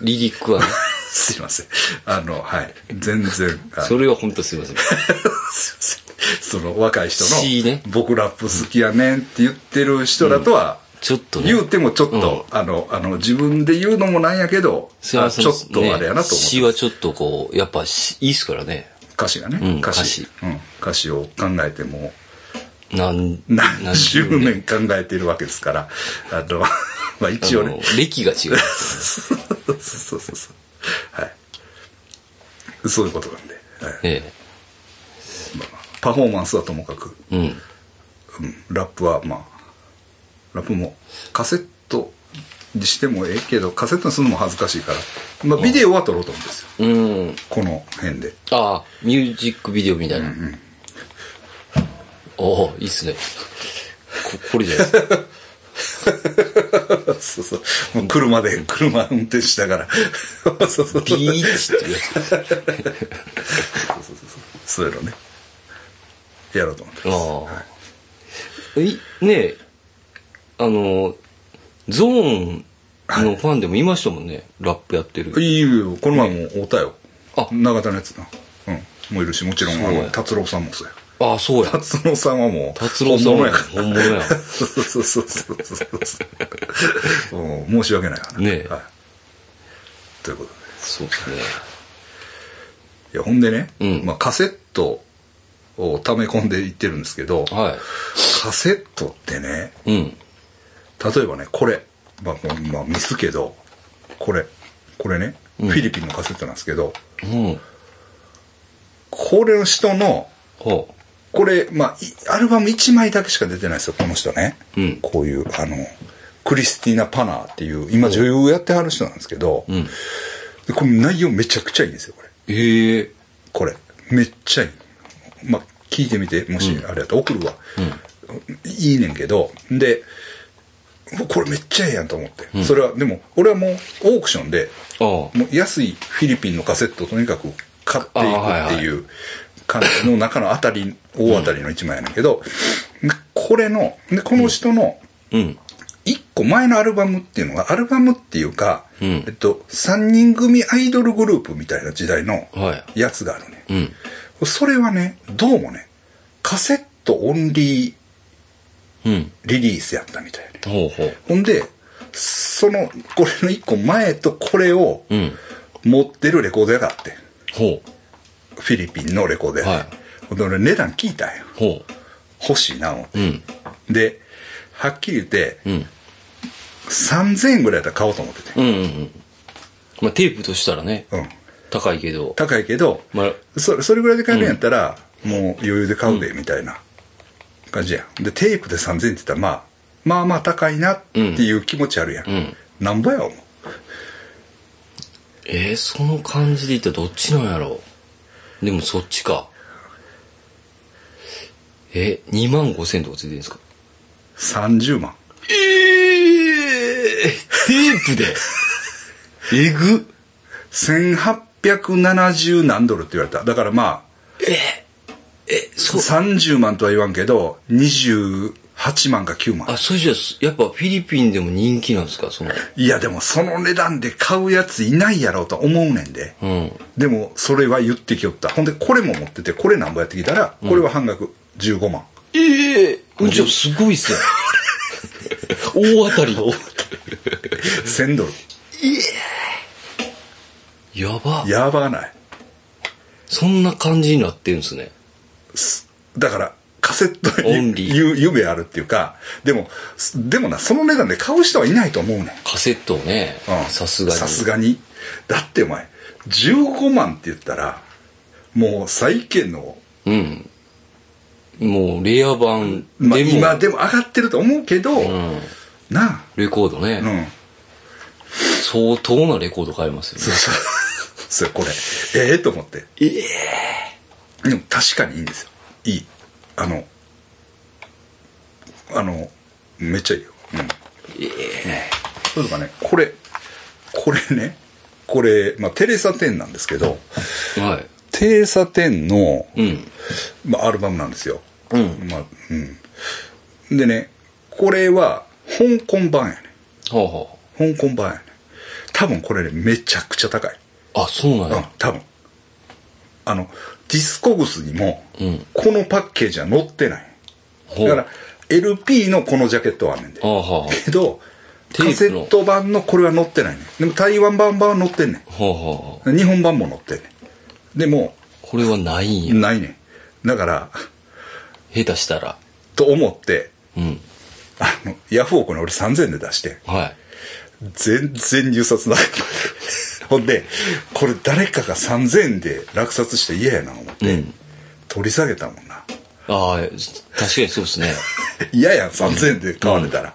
Speaker 2: リリ ックはね。
Speaker 1: すいませんあのはい全然あの
Speaker 2: それは本当すいません。
Speaker 1: その若い人
Speaker 2: C ね
Speaker 1: の「僕ラップ好きやねん」って言ってる人らとは、
Speaker 2: ちょっとね。
Speaker 1: 言うてもちょっと、あの、あの、自分で言うのもなんやけど、
Speaker 2: すいません
Speaker 1: ちょっとあれやなと思って。
Speaker 2: 詩はちょっとこう、やっぱしいいっすからね。
Speaker 1: 歌詞がね、
Speaker 2: うん
Speaker 1: 歌詞
Speaker 2: 歌
Speaker 1: うん。歌詞を考えても、
Speaker 2: なん、
Speaker 1: 何十年
Speaker 2: 何
Speaker 1: 考えているわけですから、あの、 まあ一応
Speaker 2: あの
Speaker 1: ね、
Speaker 2: 歴が 違
Speaker 1: そ
Speaker 2: う。
Speaker 1: うそうそうそう。はい。そういうことなんで、はい
Speaker 2: え
Speaker 1: パフォーマンスはともかく、
Speaker 2: え。うん。
Speaker 1: うんラップはまあ、ラップもカセットにしてもええけど、カセットにするのも恥ずかしいから、まあビデオは撮ろうと思うんですよ。
Speaker 2: うん。
Speaker 1: この辺で。
Speaker 2: ああ、ミュージックビデオみたいな。おおいいっすね。ここれじゃないですか。
Speaker 1: そうそう。もう車で、車運転しながら。 そうそうそう。
Speaker 2: ピーッってやつ。
Speaker 1: そういうのね。やろうと思って
Speaker 2: あ
Speaker 1: ます。
Speaker 2: あ、い、ねえ、あの、ゾーンのファンでもいましたもんね。ラップやってる。
Speaker 1: いいよ、この前もおったよ。
Speaker 2: あ
Speaker 1: 長田のやつな。うん。もういるし、もちろん、
Speaker 2: そう
Speaker 1: あ
Speaker 2: や
Speaker 1: の、達郎さんもそうや。
Speaker 2: ああ、そうや。
Speaker 1: 達郎さんはもう、
Speaker 2: 達郎さ
Speaker 1: 本
Speaker 2: ん
Speaker 1: 物
Speaker 2: は
Speaker 1: やから。
Speaker 2: 本物や。
Speaker 1: そうそうそうそうそうそう。うん申し訳ないから
Speaker 2: ねえ
Speaker 1: はい。ということで。
Speaker 2: そうですね。
Speaker 1: いや、ほんでね、
Speaker 2: うん
Speaker 1: まあ、カセットを溜め込んでいってるんですけど、
Speaker 2: は
Speaker 1: カセットってね、
Speaker 2: い。うん。
Speaker 1: 例えばね、これ、まあ、こうまあ、見すけど、これ、これね、
Speaker 2: ん
Speaker 1: フィリピンのカセットなんですけど、
Speaker 2: うん。
Speaker 1: これの人の、
Speaker 2: は
Speaker 1: これ、まあ、いアルバム1枚だけしか出てないですよ、この人ね。
Speaker 2: うん
Speaker 1: こういう、あの、クリスティーナ・パナーっていう、今女優やってはる人なんですけど、
Speaker 2: あ。うん。
Speaker 1: でこれ内容めちゃくちゃいいんですよ、これ。
Speaker 2: ええ
Speaker 1: これ。めっちゃいい。まあ、聞いてみて、もしあれやったら送るわ。いいねんけど、で、うわこれめっちゃええやんと思って。それは、でも、俺はもうオークションで、
Speaker 2: ああ。
Speaker 1: もう安いフィリピンのカセットをとにかく買っていくっていう感じの中の当たり、大当たりの一枚やねんけど、でこれの、で、この人の
Speaker 2: うん。
Speaker 1: 一個前のアルバムっていうのが、アルバムっていうか、
Speaker 2: うん
Speaker 1: えっと、三人組アイドルグループみたいな時代の
Speaker 2: は
Speaker 1: やつがあるね。
Speaker 2: うん。
Speaker 1: それはね、どうもね、カセットオンリー
Speaker 2: うん。
Speaker 1: リリースやったみたいね。
Speaker 2: ほうほう。
Speaker 1: ほんで、その、これの一個前とこれを
Speaker 2: うん。
Speaker 1: 持ってるレコード屋があって、
Speaker 2: ほ
Speaker 1: フィリピンのレコード屋で。
Speaker 2: はい
Speaker 1: ほんで俺値段聞いたんよ。
Speaker 2: う。ほ
Speaker 1: 欲しいな、思って
Speaker 2: う。うん。
Speaker 1: で、はっきり言って、
Speaker 2: うん。
Speaker 1: 3000円ぐらいだったら買おうと思ってて。
Speaker 2: うんうんうん。まあ、テープとしたらね、
Speaker 1: うん。
Speaker 2: 高いけど。
Speaker 1: 高いけど、
Speaker 2: まあ、
Speaker 1: それそれぐらいで買えるんやったら、もう余裕で買うで、みたいな感じやんでテープで3000円って言ったらまあまあまあ高いなっていう気持ちあるやん、
Speaker 2: うん
Speaker 1: なんぼや思う
Speaker 2: ええその感じで言ったらどっちなんやろうでもそっちか。え、2万5千とかついてるんですか
Speaker 1: 30万
Speaker 2: ええテープで えぐ
Speaker 1: 1870何ドルって言われただからま
Speaker 2: え、
Speaker 1: あ
Speaker 2: そう。
Speaker 1: 30万とは言わんけど28万か9万
Speaker 2: あ、そうじゃ、やっぱフィリピンでも人気なんですかその。
Speaker 1: いやでもその値段で買うやついないやろうと思うねんで
Speaker 2: うん。
Speaker 1: でもそれは言ってきよったほんでこれも持っててこれなんぼやってきたらこれは半額15万、
Speaker 2: ええうん、じゃあすごいっす ね。大当たり。
Speaker 1: 1000ドル
Speaker 2: やば。
Speaker 1: やばない
Speaker 2: そんな感じになってるんですね。
Speaker 1: だから、カセット
Speaker 2: オン
Speaker 1: に
Speaker 2: リー
Speaker 1: ゆ夢あるっていうか、でも、すでもな、その値段で買う人はいないと思うねん。
Speaker 2: カセットをね
Speaker 1: うん、
Speaker 2: さすがに。
Speaker 1: さすがに。だってお前、15万って言ったら、もう債券の、
Speaker 2: うん。もう、レア版でも、
Speaker 1: まあ、今でも上がってると思うけど、
Speaker 2: うん、
Speaker 1: な
Speaker 2: レコードね、
Speaker 1: あ、うん。
Speaker 2: 相当なレコード買えますよ、ね。
Speaker 1: それこれ、ええと思って。
Speaker 2: ええ
Speaker 1: でも確かにいいんですよ。いい。あの、あの、めっちゃいいよ。うん。そうとかね、これ、これね、これ、まあ、テレサ・テンなんですけど、
Speaker 2: は
Speaker 1: テレサ・テンの、
Speaker 2: い。うん。
Speaker 1: まあ、アルバムなんですよ。
Speaker 2: うん。
Speaker 1: まあ、うん。でね、これは、香港版やね。
Speaker 2: ほうほ
Speaker 1: 香港版やね。多分これね、めちゃくちゃ高い。
Speaker 2: う。あ、そうなん
Speaker 1: うん
Speaker 2: や。、
Speaker 1: 多分。あの、ディスコグスにも、
Speaker 2: うん
Speaker 1: このパッケージは載ってない。
Speaker 2: ほ
Speaker 1: だ
Speaker 2: う。
Speaker 1: から、LP のこのジャケットはあんねんで
Speaker 2: あ。あ、は
Speaker 1: けど、カ
Speaker 2: テープの
Speaker 1: セット版のこれは載ってないね。でも台湾版版は載ってんねん。
Speaker 2: あ、ほうほう。
Speaker 1: 日本版も載ってんねんでも、
Speaker 2: これはないんや。
Speaker 1: ないねん。だから、
Speaker 2: 下手したら。
Speaker 1: と思って、
Speaker 2: うん。
Speaker 1: あの、ヤフオクに俺3000円で出してん、
Speaker 2: はい。
Speaker 1: 全然入札ない。 ほんで、これ誰かが3000円で落札して嫌やな思って、
Speaker 2: うん
Speaker 1: 取り下げたもんな。
Speaker 2: ああ、確かにそうですね。
Speaker 1: 嫌やん、3000円で買われたら。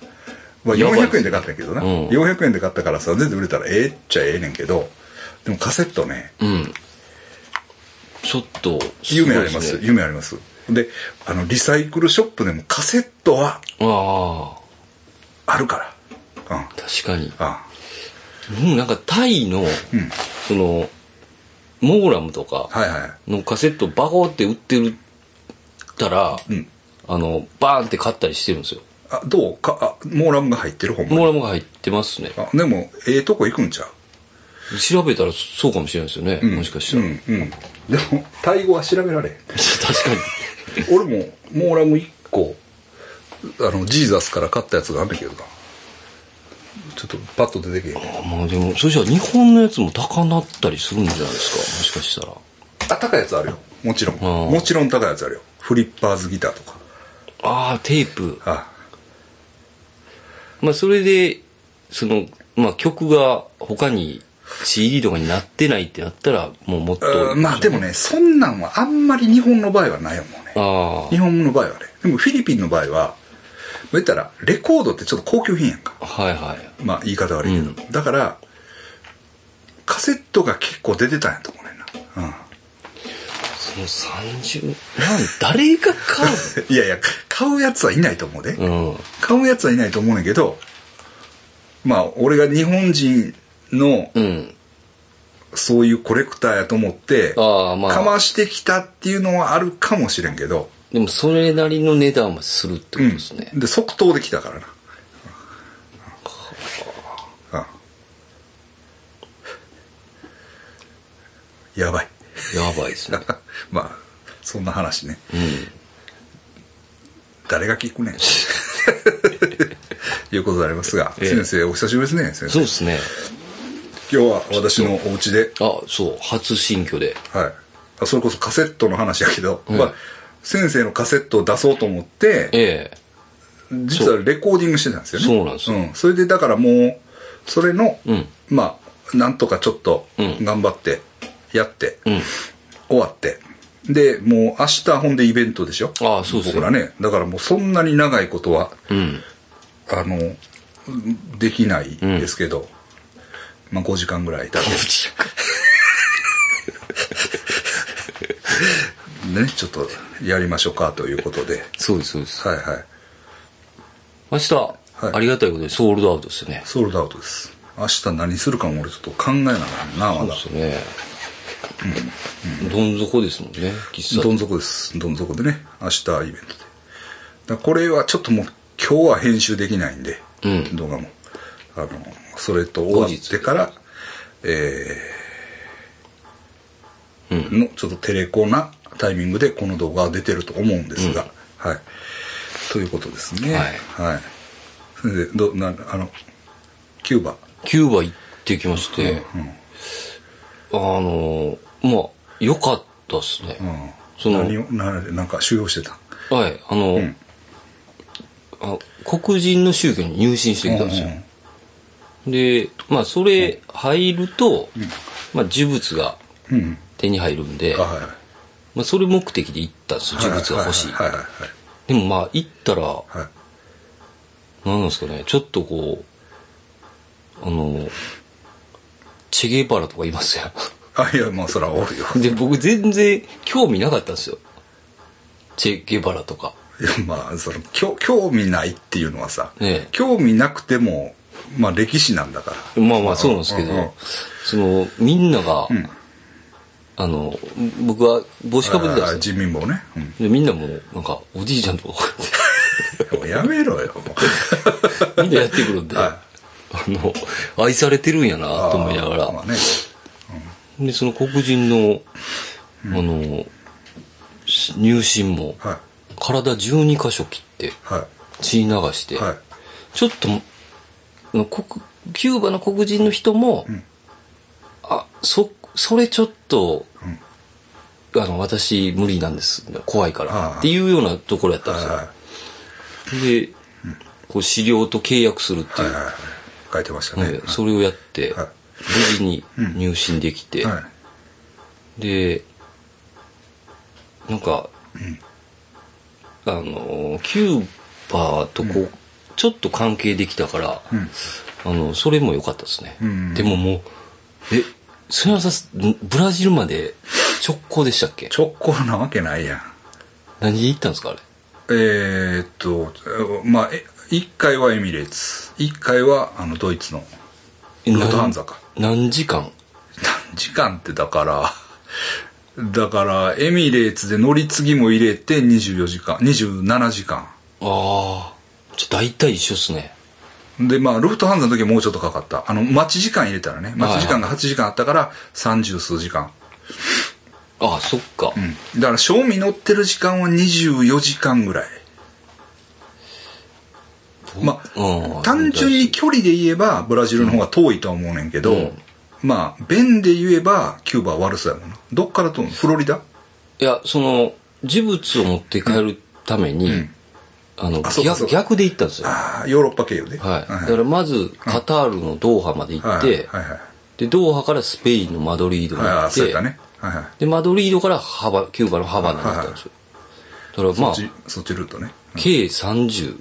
Speaker 1: まあ、
Speaker 2: やばい
Speaker 1: 400円で買ったんやけどな、
Speaker 2: うん
Speaker 1: 400円で買ったから3000円で売れたらええっちゃええねんけど、でもカセットね、
Speaker 2: うん。ちょっと、すご
Speaker 1: 夢
Speaker 2: い
Speaker 1: あ
Speaker 2: で
Speaker 1: ります
Speaker 2: ね。
Speaker 1: 夢ありますであのリサイクルショップでもカセットは
Speaker 2: ああ。
Speaker 1: あるから、あ
Speaker 2: 確かに。
Speaker 1: あ
Speaker 2: うん、なんかタイの、その、モーラムとか
Speaker 1: はいはい
Speaker 2: のカセットバコって売ってるたら、
Speaker 1: ん
Speaker 2: あの、バーンって買ったりしてるんですよ。
Speaker 1: あどうかあモーラムが入ってるほんま
Speaker 2: モー
Speaker 1: に
Speaker 2: ラムが入ってますね。
Speaker 1: あでもええとこ行くんちゃう
Speaker 2: 調べたらそうかもしれないですよね。もしかした
Speaker 1: う
Speaker 2: ら。
Speaker 1: んうんでもタイ語は調べられへん
Speaker 2: 確かに。
Speaker 1: 俺もモーラム1個あのジーザスから買ったやつがあんだけどなちょっとパッと出てけえへん
Speaker 2: あまあでも、そしたら日本のやつも高なったりするんじゃないですか。もしかしたら。
Speaker 1: あ高いやつあるよもちろん
Speaker 2: ああ
Speaker 1: もちろん高いやつあるよフリッパーズギターとか
Speaker 2: ああ、テープ。
Speaker 1: あ
Speaker 2: まあそれで、その、まあ曲が他に CD とかになってないってなったら、もうもっと。
Speaker 1: うんまあでもねそんなんはあんまり日本の場合はないもんね
Speaker 2: あ
Speaker 1: 日本の場合はねでもフィリピンの場合は言ったらレコードってちょっと高級品やんか
Speaker 2: あ、はいはい。
Speaker 1: まあ言い方悪いけど、だからカセットが結構出てたんやと思うねんな、うん
Speaker 2: その30万、誰が買
Speaker 1: いやいや、買うやつはいないと思うで。
Speaker 2: ううん。
Speaker 1: 買うやつはいないと思うねんだけど、まあ、俺が日本人の、
Speaker 2: うん。
Speaker 1: そういうコレクターやと思って、
Speaker 2: ああ、ま
Speaker 1: か
Speaker 2: あ、
Speaker 1: ましてきたっていうのはあるかもしれんけど、
Speaker 2: でもそれなりの値段はするってことですね。
Speaker 1: うん。で、即答できたからな。うんやばい。
Speaker 2: やばいですね。
Speaker 1: まあ、そんな話ね。誰が聞く ねん。いうことでありますが、
Speaker 2: ええ
Speaker 1: 先生、お久しぶりですね、先生
Speaker 2: そう。ですね。
Speaker 1: 今日は私のお家で、
Speaker 2: あ、そう、初新居で。
Speaker 1: はい。あそれこそカセットの話やけど、
Speaker 2: ん
Speaker 1: まあ、先生のカセットを出そうと思って、
Speaker 2: ええ。
Speaker 1: 実はレコーディングしてたんですよね。
Speaker 2: そうなんですよ
Speaker 1: ん。それで、だからもう、それの、
Speaker 2: うん
Speaker 1: まあ、なんとかちょっと、
Speaker 2: うん
Speaker 1: 頑張って、やって、
Speaker 2: うん。
Speaker 1: 終わって。で、もう明日ほんでイベントでしょ
Speaker 2: ああそうです
Speaker 1: 僕
Speaker 2: よ
Speaker 1: らね。だからもうそんなに長いことは、
Speaker 2: うん。
Speaker 1: あの、うんできないですけど、まあ5時間ぐらい経ってね、ちょっとやりましょうかということで。
Speaker 2: そうです、そうです。
Speaker 1: はいはい。
Speaker 2: 明日、
Speaker 1: い
Speaker 2: ありがたいことにソールドアウトですよね。
Speaker 1: ソールドアウトです。明日何するかも俺ちょっと考えながらな、まだ。
Speaker 2: そうですね。どん底ですもんね、喫茶
Speaker 1: ど
Speaker 2: 店。
Speaker 1: ん底です。どん底でね。明日イベントで。だからこれはちょっともう今日は編集できないんで、
Speaker 2: うん
Speaker 1: 動画も。あの、それと終わってから、えーのちょっとテレコなタイミングでこの動画は出てると思うんですが、はい。ということですね。
Speaker 2: は
Speaker 1: はい。先生、ど、な、あの、キューバ。
Speaker 2: キューバ行ってきまして、あの、まあ、良かったっすね。
Speaker 1: うん
Speaker 2: その
Speaker 1: 何を、な、なんか収容してた。
Speaker 2: はい、あの、あ黒人の宗教に入信してきたんですよ。
Speaker 1: うんうん
Speaker 2: で、まあ、それ入ると、まあ、呪物が手に入るんで、
Speaker 1: あはいはい。
Speaker 2: まあ、それ目的で行ったんですよ。呪物が欲しい。
Speaker 1: はいはいはい
Speaker 2: でも、まあ、行ったら、
Speaker 1: はい。はい
Speaker 2: なんなんですかね、ちょっとこう、あの、チェゲバラとかいますよ。
Speaker 1: あ、いや、まあ、そらおるよ。
Speaker 2: で、僕全然興味なかったんですよ。チェゲバラとか。
Speaker 1: いや、まあ、その、興興味ないっていうのはさ、
Speaker 2: ええ
Speaker 1: 興味なくても、まあ、歴史なんだから。
Speaker 2: まあまあそうなんですけ
Speaker 1: うんうん
Speaker 2: ど、その、みんなが、あの、僕は帽子かぶってた
Speaker 1: あ
Speaker 2: ん
Speaker 1: あ
Speaker 2: ですよ。
Speaker 1: 人民もね。うん
Speaker 2: でみんなもう、なんか、おじいちゃんとか、
Speaker 1: もうやめろよ、もう。
Speaker 2: みんなやってくるんで、
Speaker 1: は
Speaker 2: あの、愛されてるんやなと思いなが
Speaker 1: ま
Speaker 2: ら
Speaker 1: あ、ね。
Speaker 2: で、その黒人の、あの、し入信も、
Speaker 1: はい。
Speaker 2: 体12箇所切って、
Speaker 1: は
Speaker 2: 血流して、
Speaker 1: い。はい。
Speaker 2: ちょっと、あの黒キューバの黒人の人も、あ、そ、それちょっと、あの、私無理なんです。怖いか
Speaker 1: ああ
Speaker 2: ら。っていうようなところやったんですよ。
Speaker 1: は
Speaker 2: で、こう、資料と契約するって
Speaker 1: い。
Speaker 2: い
Speaker 1: は
Speaker 2: う
Speaker 1: い。。はい書いてました
Speaker 2: ね
Speaker 1: ね。
Speaker 2: それをやって、
Speaker 1: はい
Speaker 2: 無事に入信できて、
Speaker 1: はい。
Speaker 2: で、なんか、あの、キューバとこう、ちょっと関係できたから、あの、それも良かったですね。
Speaker 1: ん
Speaker 2: でももう、え、それはさ、んブラジルまで直行でしたっけ
Speaker 1: 直行なわけないやん。
Speaker 2: 何で行ったんですかあれ。
Speaker 1: えーっと、まあ、え1回はエミレーツ1回はあのドイツの
Speaker 2: え
Speaker 1: ル
Speaker 2: な
Speaker 1: トハンザか
Speaker 2: 何時間
Speaker 1: 何時間ってだからだからエミレーツで乗り継ぎも入れて24時間27時間
Speaker 2: ああ。じゃあ大体一緒っすね。
Speaker 1: でまあルフトハンザの時はもうちょっとかかったあの待ち時間入れたらね待ち時間が8時間あったから30数時間
Speaker 2: ああ、そっか。
Speaker 1: うんだから賞味乗ってる時間は24時間ぐらいま
Speaker 2: うん
Speaker 1: あ単純に距離で言えばブラジルの方が遠いとは思うねんけど、
Speaker 2: ん
Speaker 1: まあ便で言えばキューバは悪そうやもんなどっからとんのフロリダ
Speaker 2: いや、その、事物を持って帰るために、あの
Speaker 1: あそうかそう
Speaker 2: 逆、
Speaker 1: か
Speaker 2: 逆で行ったんですよ。は
Speaker 1: ああヨーロッパ経由で
Speaker 2: い。
Speaker 1: は
Speaker 2: だからまず、カタールのドーハまで行っ
Speaker 1: はいはい
Speaker 2: て、
Speaker 1: はいはい
Speaker 2: で、ドーハからスペインのマドリードに
Speaker 1: あ
Speaker 2: 行
Speaker 1: あ
Speaker 2: っ
Speaker 1: そうや
Speaker 2: て、
Speaker 1: ったねはいはい
Speaker 2: で、マドリードからハバ、キューバのハバナに行ったんですよ。だからまあ、
Speaker 1: そっちそっちルートね
Speaker 2: 計30、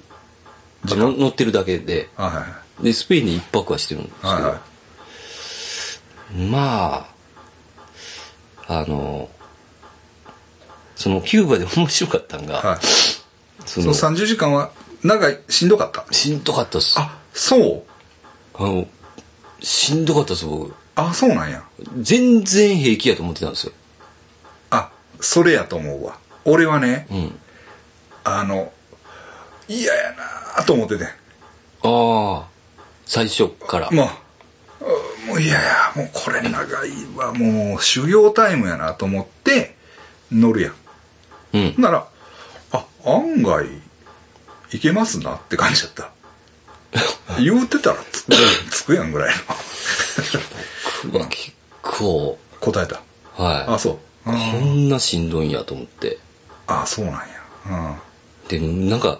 Speaker 2: あの乗ってるだけで、
Speaker 1: あはいはい
Speaker 2: で、スペインで一泊はしてるんですけど、
Speaker 1: はいはい
Speaker 2: まあ、あの、そのキューバで面白かったんが、
Speaker 1: はいそ
Speaker 2: そ
Speaker 1: の
Speaker 2: の、
Speaker 1: 30時間は長いしんどかった
Speaker 2: しんどかったっす。あ
Speaker 1: あそう
Speaker 2: の、しんどかったっす、僕。
Speaker 1: あそうなんや
Speaker 2: 全然平気やと思ってたんですよ。
Speaker 1: あそれやと思うわ俺はね、
Speaker 2: うん。
Speaker 1: あの嫌やなと思ってて
Speaker 2: ああ、最初から。
Speaker 1: もううもう嫌やもうこれ長いわもう修行タイムやなと思って乗るや
Speaker 2: うん。
Speaker 1: んならあ案外いけますなって感じだった 言うてたらつくつくやんぐらいの
Speaker 2: 結構、
Speaker 1: 答えたあ
Speaker 2: は
Speaker 1: そう
Speaker 2: い。
Speaker 1: あ
Speaker 2: こんなしんどいんやと思って。
Speaker 1: あそうなんやうん
Speaker 2: で、なんか、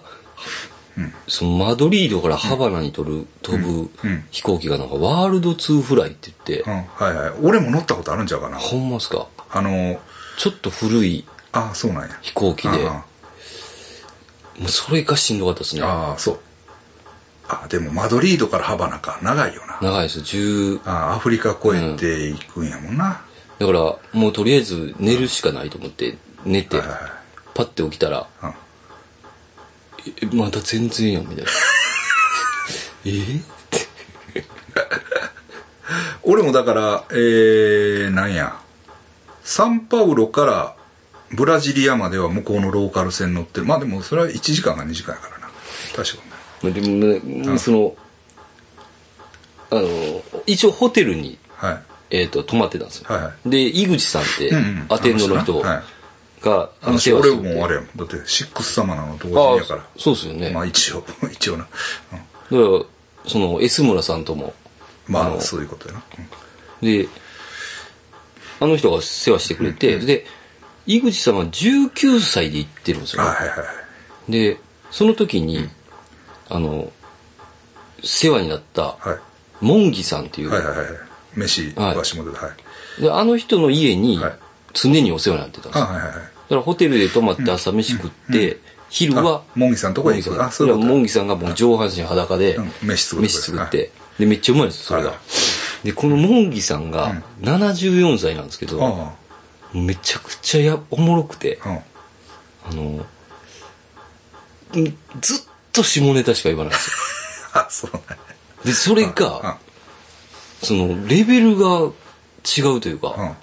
Speaker 2: そのマドリードからハバナに飛る、飛ぶ
Speaker 1: うん
Speaker 2: 飛行機がなんかワールド2フライって言って、
Speaker 1: うん、はいはい俺も乗ったことあるんちゃうかな
Speaker 2: ほんまっすか
Speaker 1: あの
Speaker 2: ちょっと古い
Speaker 1: あそうなんや
Speaker 2: 飛行機で、
Speaker 1: あ
Speaker 2: もうそれがしんどかったですね。
Speaker 1: あああそうあでもマドリードからハバナか長いよな
Speaker 2: 長いです。10、
Speaker 1: ああアフリカ越えていくんやもんな、
Speaker 2: だからもうとりあえず寝るしかないと思って、寝て
Speaker 1: はいはいはい、
Speaker 2: パッて起きたら
Speaker 1: うん、
Speaker 2: えまだ全然やん、みたいな。 えーって。
Speaker 1: 俺もだからえー、なんやサンパウロからブラジリアまでは向こうのローカル線乗ってるまあでもそれは1時間か2時間やからな確かに
Speaker 2: まあでもね、その、あの、一応ホテルに、
Speaker 1: はい
Speaker 2: えっ、と、泊まってたんですよ。
Speaker 1: はいは
Speaker 2: で、井口さんって、
Speaker 1: うんうん
Speaker 2: アテンドの人
Speaker 1: はい
Speaker 2: が、あ
Speaker 1: あの
Speaker 2: の、世話
Speaker 1: 俺
Speaker 2: して
Speaker 1: もあ
Speaker 2: て。
Speaker 1: れやもんだってシックス様なの同
Speaker 2: あ
Speaker 1: 時やから
Speaker 2: あ、そうですよね。
Speaker 1: まあ一応 一応な、うん
Speaker 2: だから、その、S 村さんとも、あ
Speaker 1: まあ
Speaker 2: の
Speaker 1: そういうことやな、うん
Speaker 2: で、あの人が世話してくれて、で、井口さんは19歳で行ってるんですよ、
Speaker 1: あ
Speaker 2: ね。
Speaker 1: はいはいはい
Speaker 2: で、その時に、あの、世話になった、
Speaker 1: はい
Speaker 2: モンギさんっていう、
Speaker 1: はいはいはいはい。飯は下で、はい。
Speaker 2: で、あの人の家に
Speaker 1: はい、
Speaker 2: 常にお世話になってたんです
Speaker 1: あ、
Speaker 2: よ。
Speaker 1: はいはいはい。
Speaker 2: だからホテルで泊まって朝飯食って、昼は
Speaker 1: あ、モンギさんとこへ行く
Speaker 2: モンギさん
Speaker 1: あそういうこと
Speaker 2: モンギさんがもう上半身裸で
Speaker 1: うん、飯作ってくれる
Speaker 2: 飯作って、で、めっちゃうまいんですよ、それ
Speaker 1: は
Speaker 2: が
Speaker 1: い。
Speaker 2: で、このモンギさんが74歳なんですけど、
Speaker 1: あ
Speaker 2: めちゃくちゃやおもろくて、
Speaker 1: あ、うん。
Speaker 2: あの、んずっと下ネタしか言わないんですよ。
Speaker 1: あ、そうね。
Speaker 2: で、それが、その、レベルが違うというか、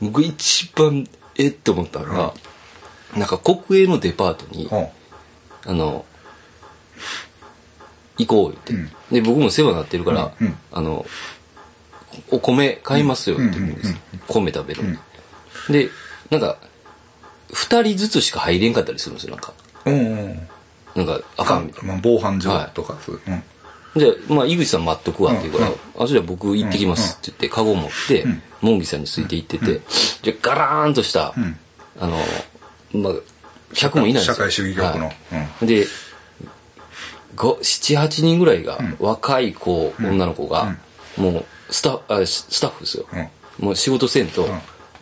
Speaker 1: うん。
Speaker 2: 僕一番えって思ったのが、なんか国営のデパートに、
Speaker 1: うん。
Speaker 2: あの、行こう言って、で、僕も世話になってるから、
Speaker 1: うんうん
Speaker 2: あの、お米買いますよって言うんです、米食べる、で、なんか、二人ずつしか入れんかったりするんですよ、なんか。
Speaker 1: うんうん。
Speaker 2: なんか、あか
Speaker 1: あ
Speaker 2: んみたい、
Speaker 1: まあ、防犯上とか、そういう。うん。
Speaker 2: な。じゃあ、まあ、井口さん待っとくわって言うから、
Speaker 1: うん
Speaker 2: あ、じゃあ僕行ってきますって言って、カゴ持って、モンギさんについて行ってて、じゃあガラーンとした、あの、まあ、100もいないんで
Speaker 1: 社
Speaker 2: すよ。
Speaker 1: 会主義局の
Speaker 2: はいで、ご7、8人ぐらいが、若い子、女の子が、もう、スタッフ、あススタッフですよ。もう仕事せんと、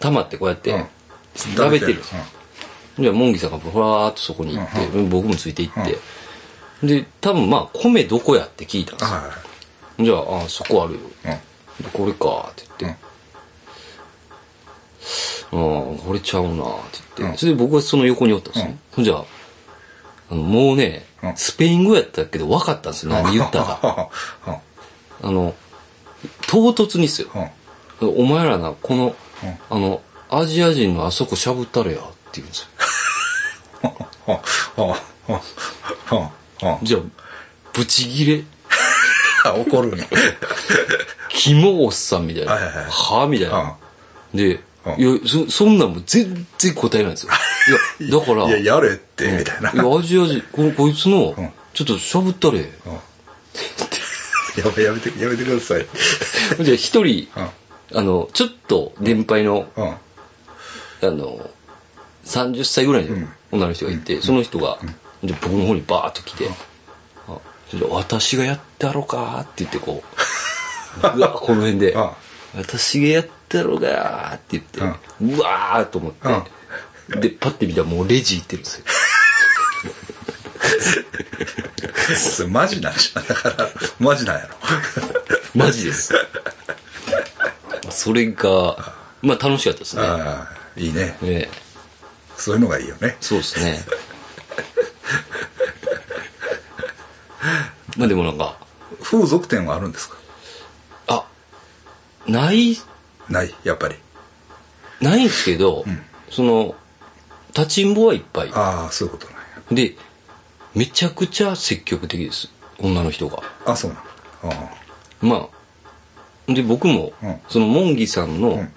Speaker 2: 溜まってこうやって
Speaker 1: ん、
Speaker 2: 食べてるんですよ。じゃあ、モンギさんがふらーっとそこに行って、僕もついて行って、で、多分まあ、米どこやって聞いたんで
Speaker 1: うん。
Speaker 2: すよ。
Speaker 1: はいはい
Speaker 2: じゃあ、あそこあるよ。
Speaker 1: はい。
Speaker 2: でこれか、って言って。うん、これちゃうな、って言って。それで僕はその横におったんですね。じゃあ、あのもうね
Speaker 1: うん、
Speaker 2: スペイン語やったけど分かった んですよ。何言ったか。
Speaker 1: か。
Speaker 2: あの、唐突にっすよ。
Speaker 1: うんうん
Speaker 2: お前らな、この
Speaker 1: うん、
Speaker 2: あの、アジア人のあそこしゃぶったれや、って言うんですよ。
Speaker 1: うん
Speaker 2: じゃあ、ブチギレ、
Speaker 1: うん怒るね。
Speaker 2: キモおっさんみたいな。
Speaker 1: はいはいはい
Speaker 2: はあみたいな。で、
Speaker 1: うん
Speaker 2: いや、そ、そんなんもう全然答えないん ですよ。いや、だから、
Speaker 1: いや、やれって、みたいな。
Speaker 2: いや、アジア人、ここいつの
Speaker 1: うん、
Speaker 2: ちょっとしゃぶ ったれ。
Speaker 1: やばいやめて、やめてください。
Speaker 2: じゃあ一人、
Speaker 1: う
Speaker 2: あの、ちょっと年配の、
Speaker 1: ん。うん。
Speaker 2: あの、30歳ぐらいの女の人がいて、その人が、じゃあ僕の方にバーッと来て、あじゃあ私がやってやろうかって言ってこう、 うわ、この辺で
Speaker 1: あ、
Speaker 2: 私がやってやろうかって言って、うわーと思って、で、パッて見たらもうレジ行ってるんですよ。
Speaker 1: それマジなんじゃん。だから、マジなんやろ。
Speaker 2: マジ です。それが、まあ楽しかったですね。
Speaker 1: ああ、いいね。
Speaker 2: ええ
Speaker 1: そういうのがいいよね。
Speaker 2: そうです ね。まあでもなんか、
Speaker 1: 風俗店はあるんですか
Speaker 2: あ、ない、
Speaker 1: ない、やっぱり。
Speaker 2: ないんですけど、その、立ちんぼはいっぱい。
Speaker 1: ああ、そういうことなんや。
Speaker 2: で、めちゃくちゃ積極的です。女の人が。
Speaker 1: あ、そうなん。あ
Speaker 2: まあ、で、僕も、
Speaker 1: うん
Speaker 2: その、モンギさんの
Speaker 1: ん、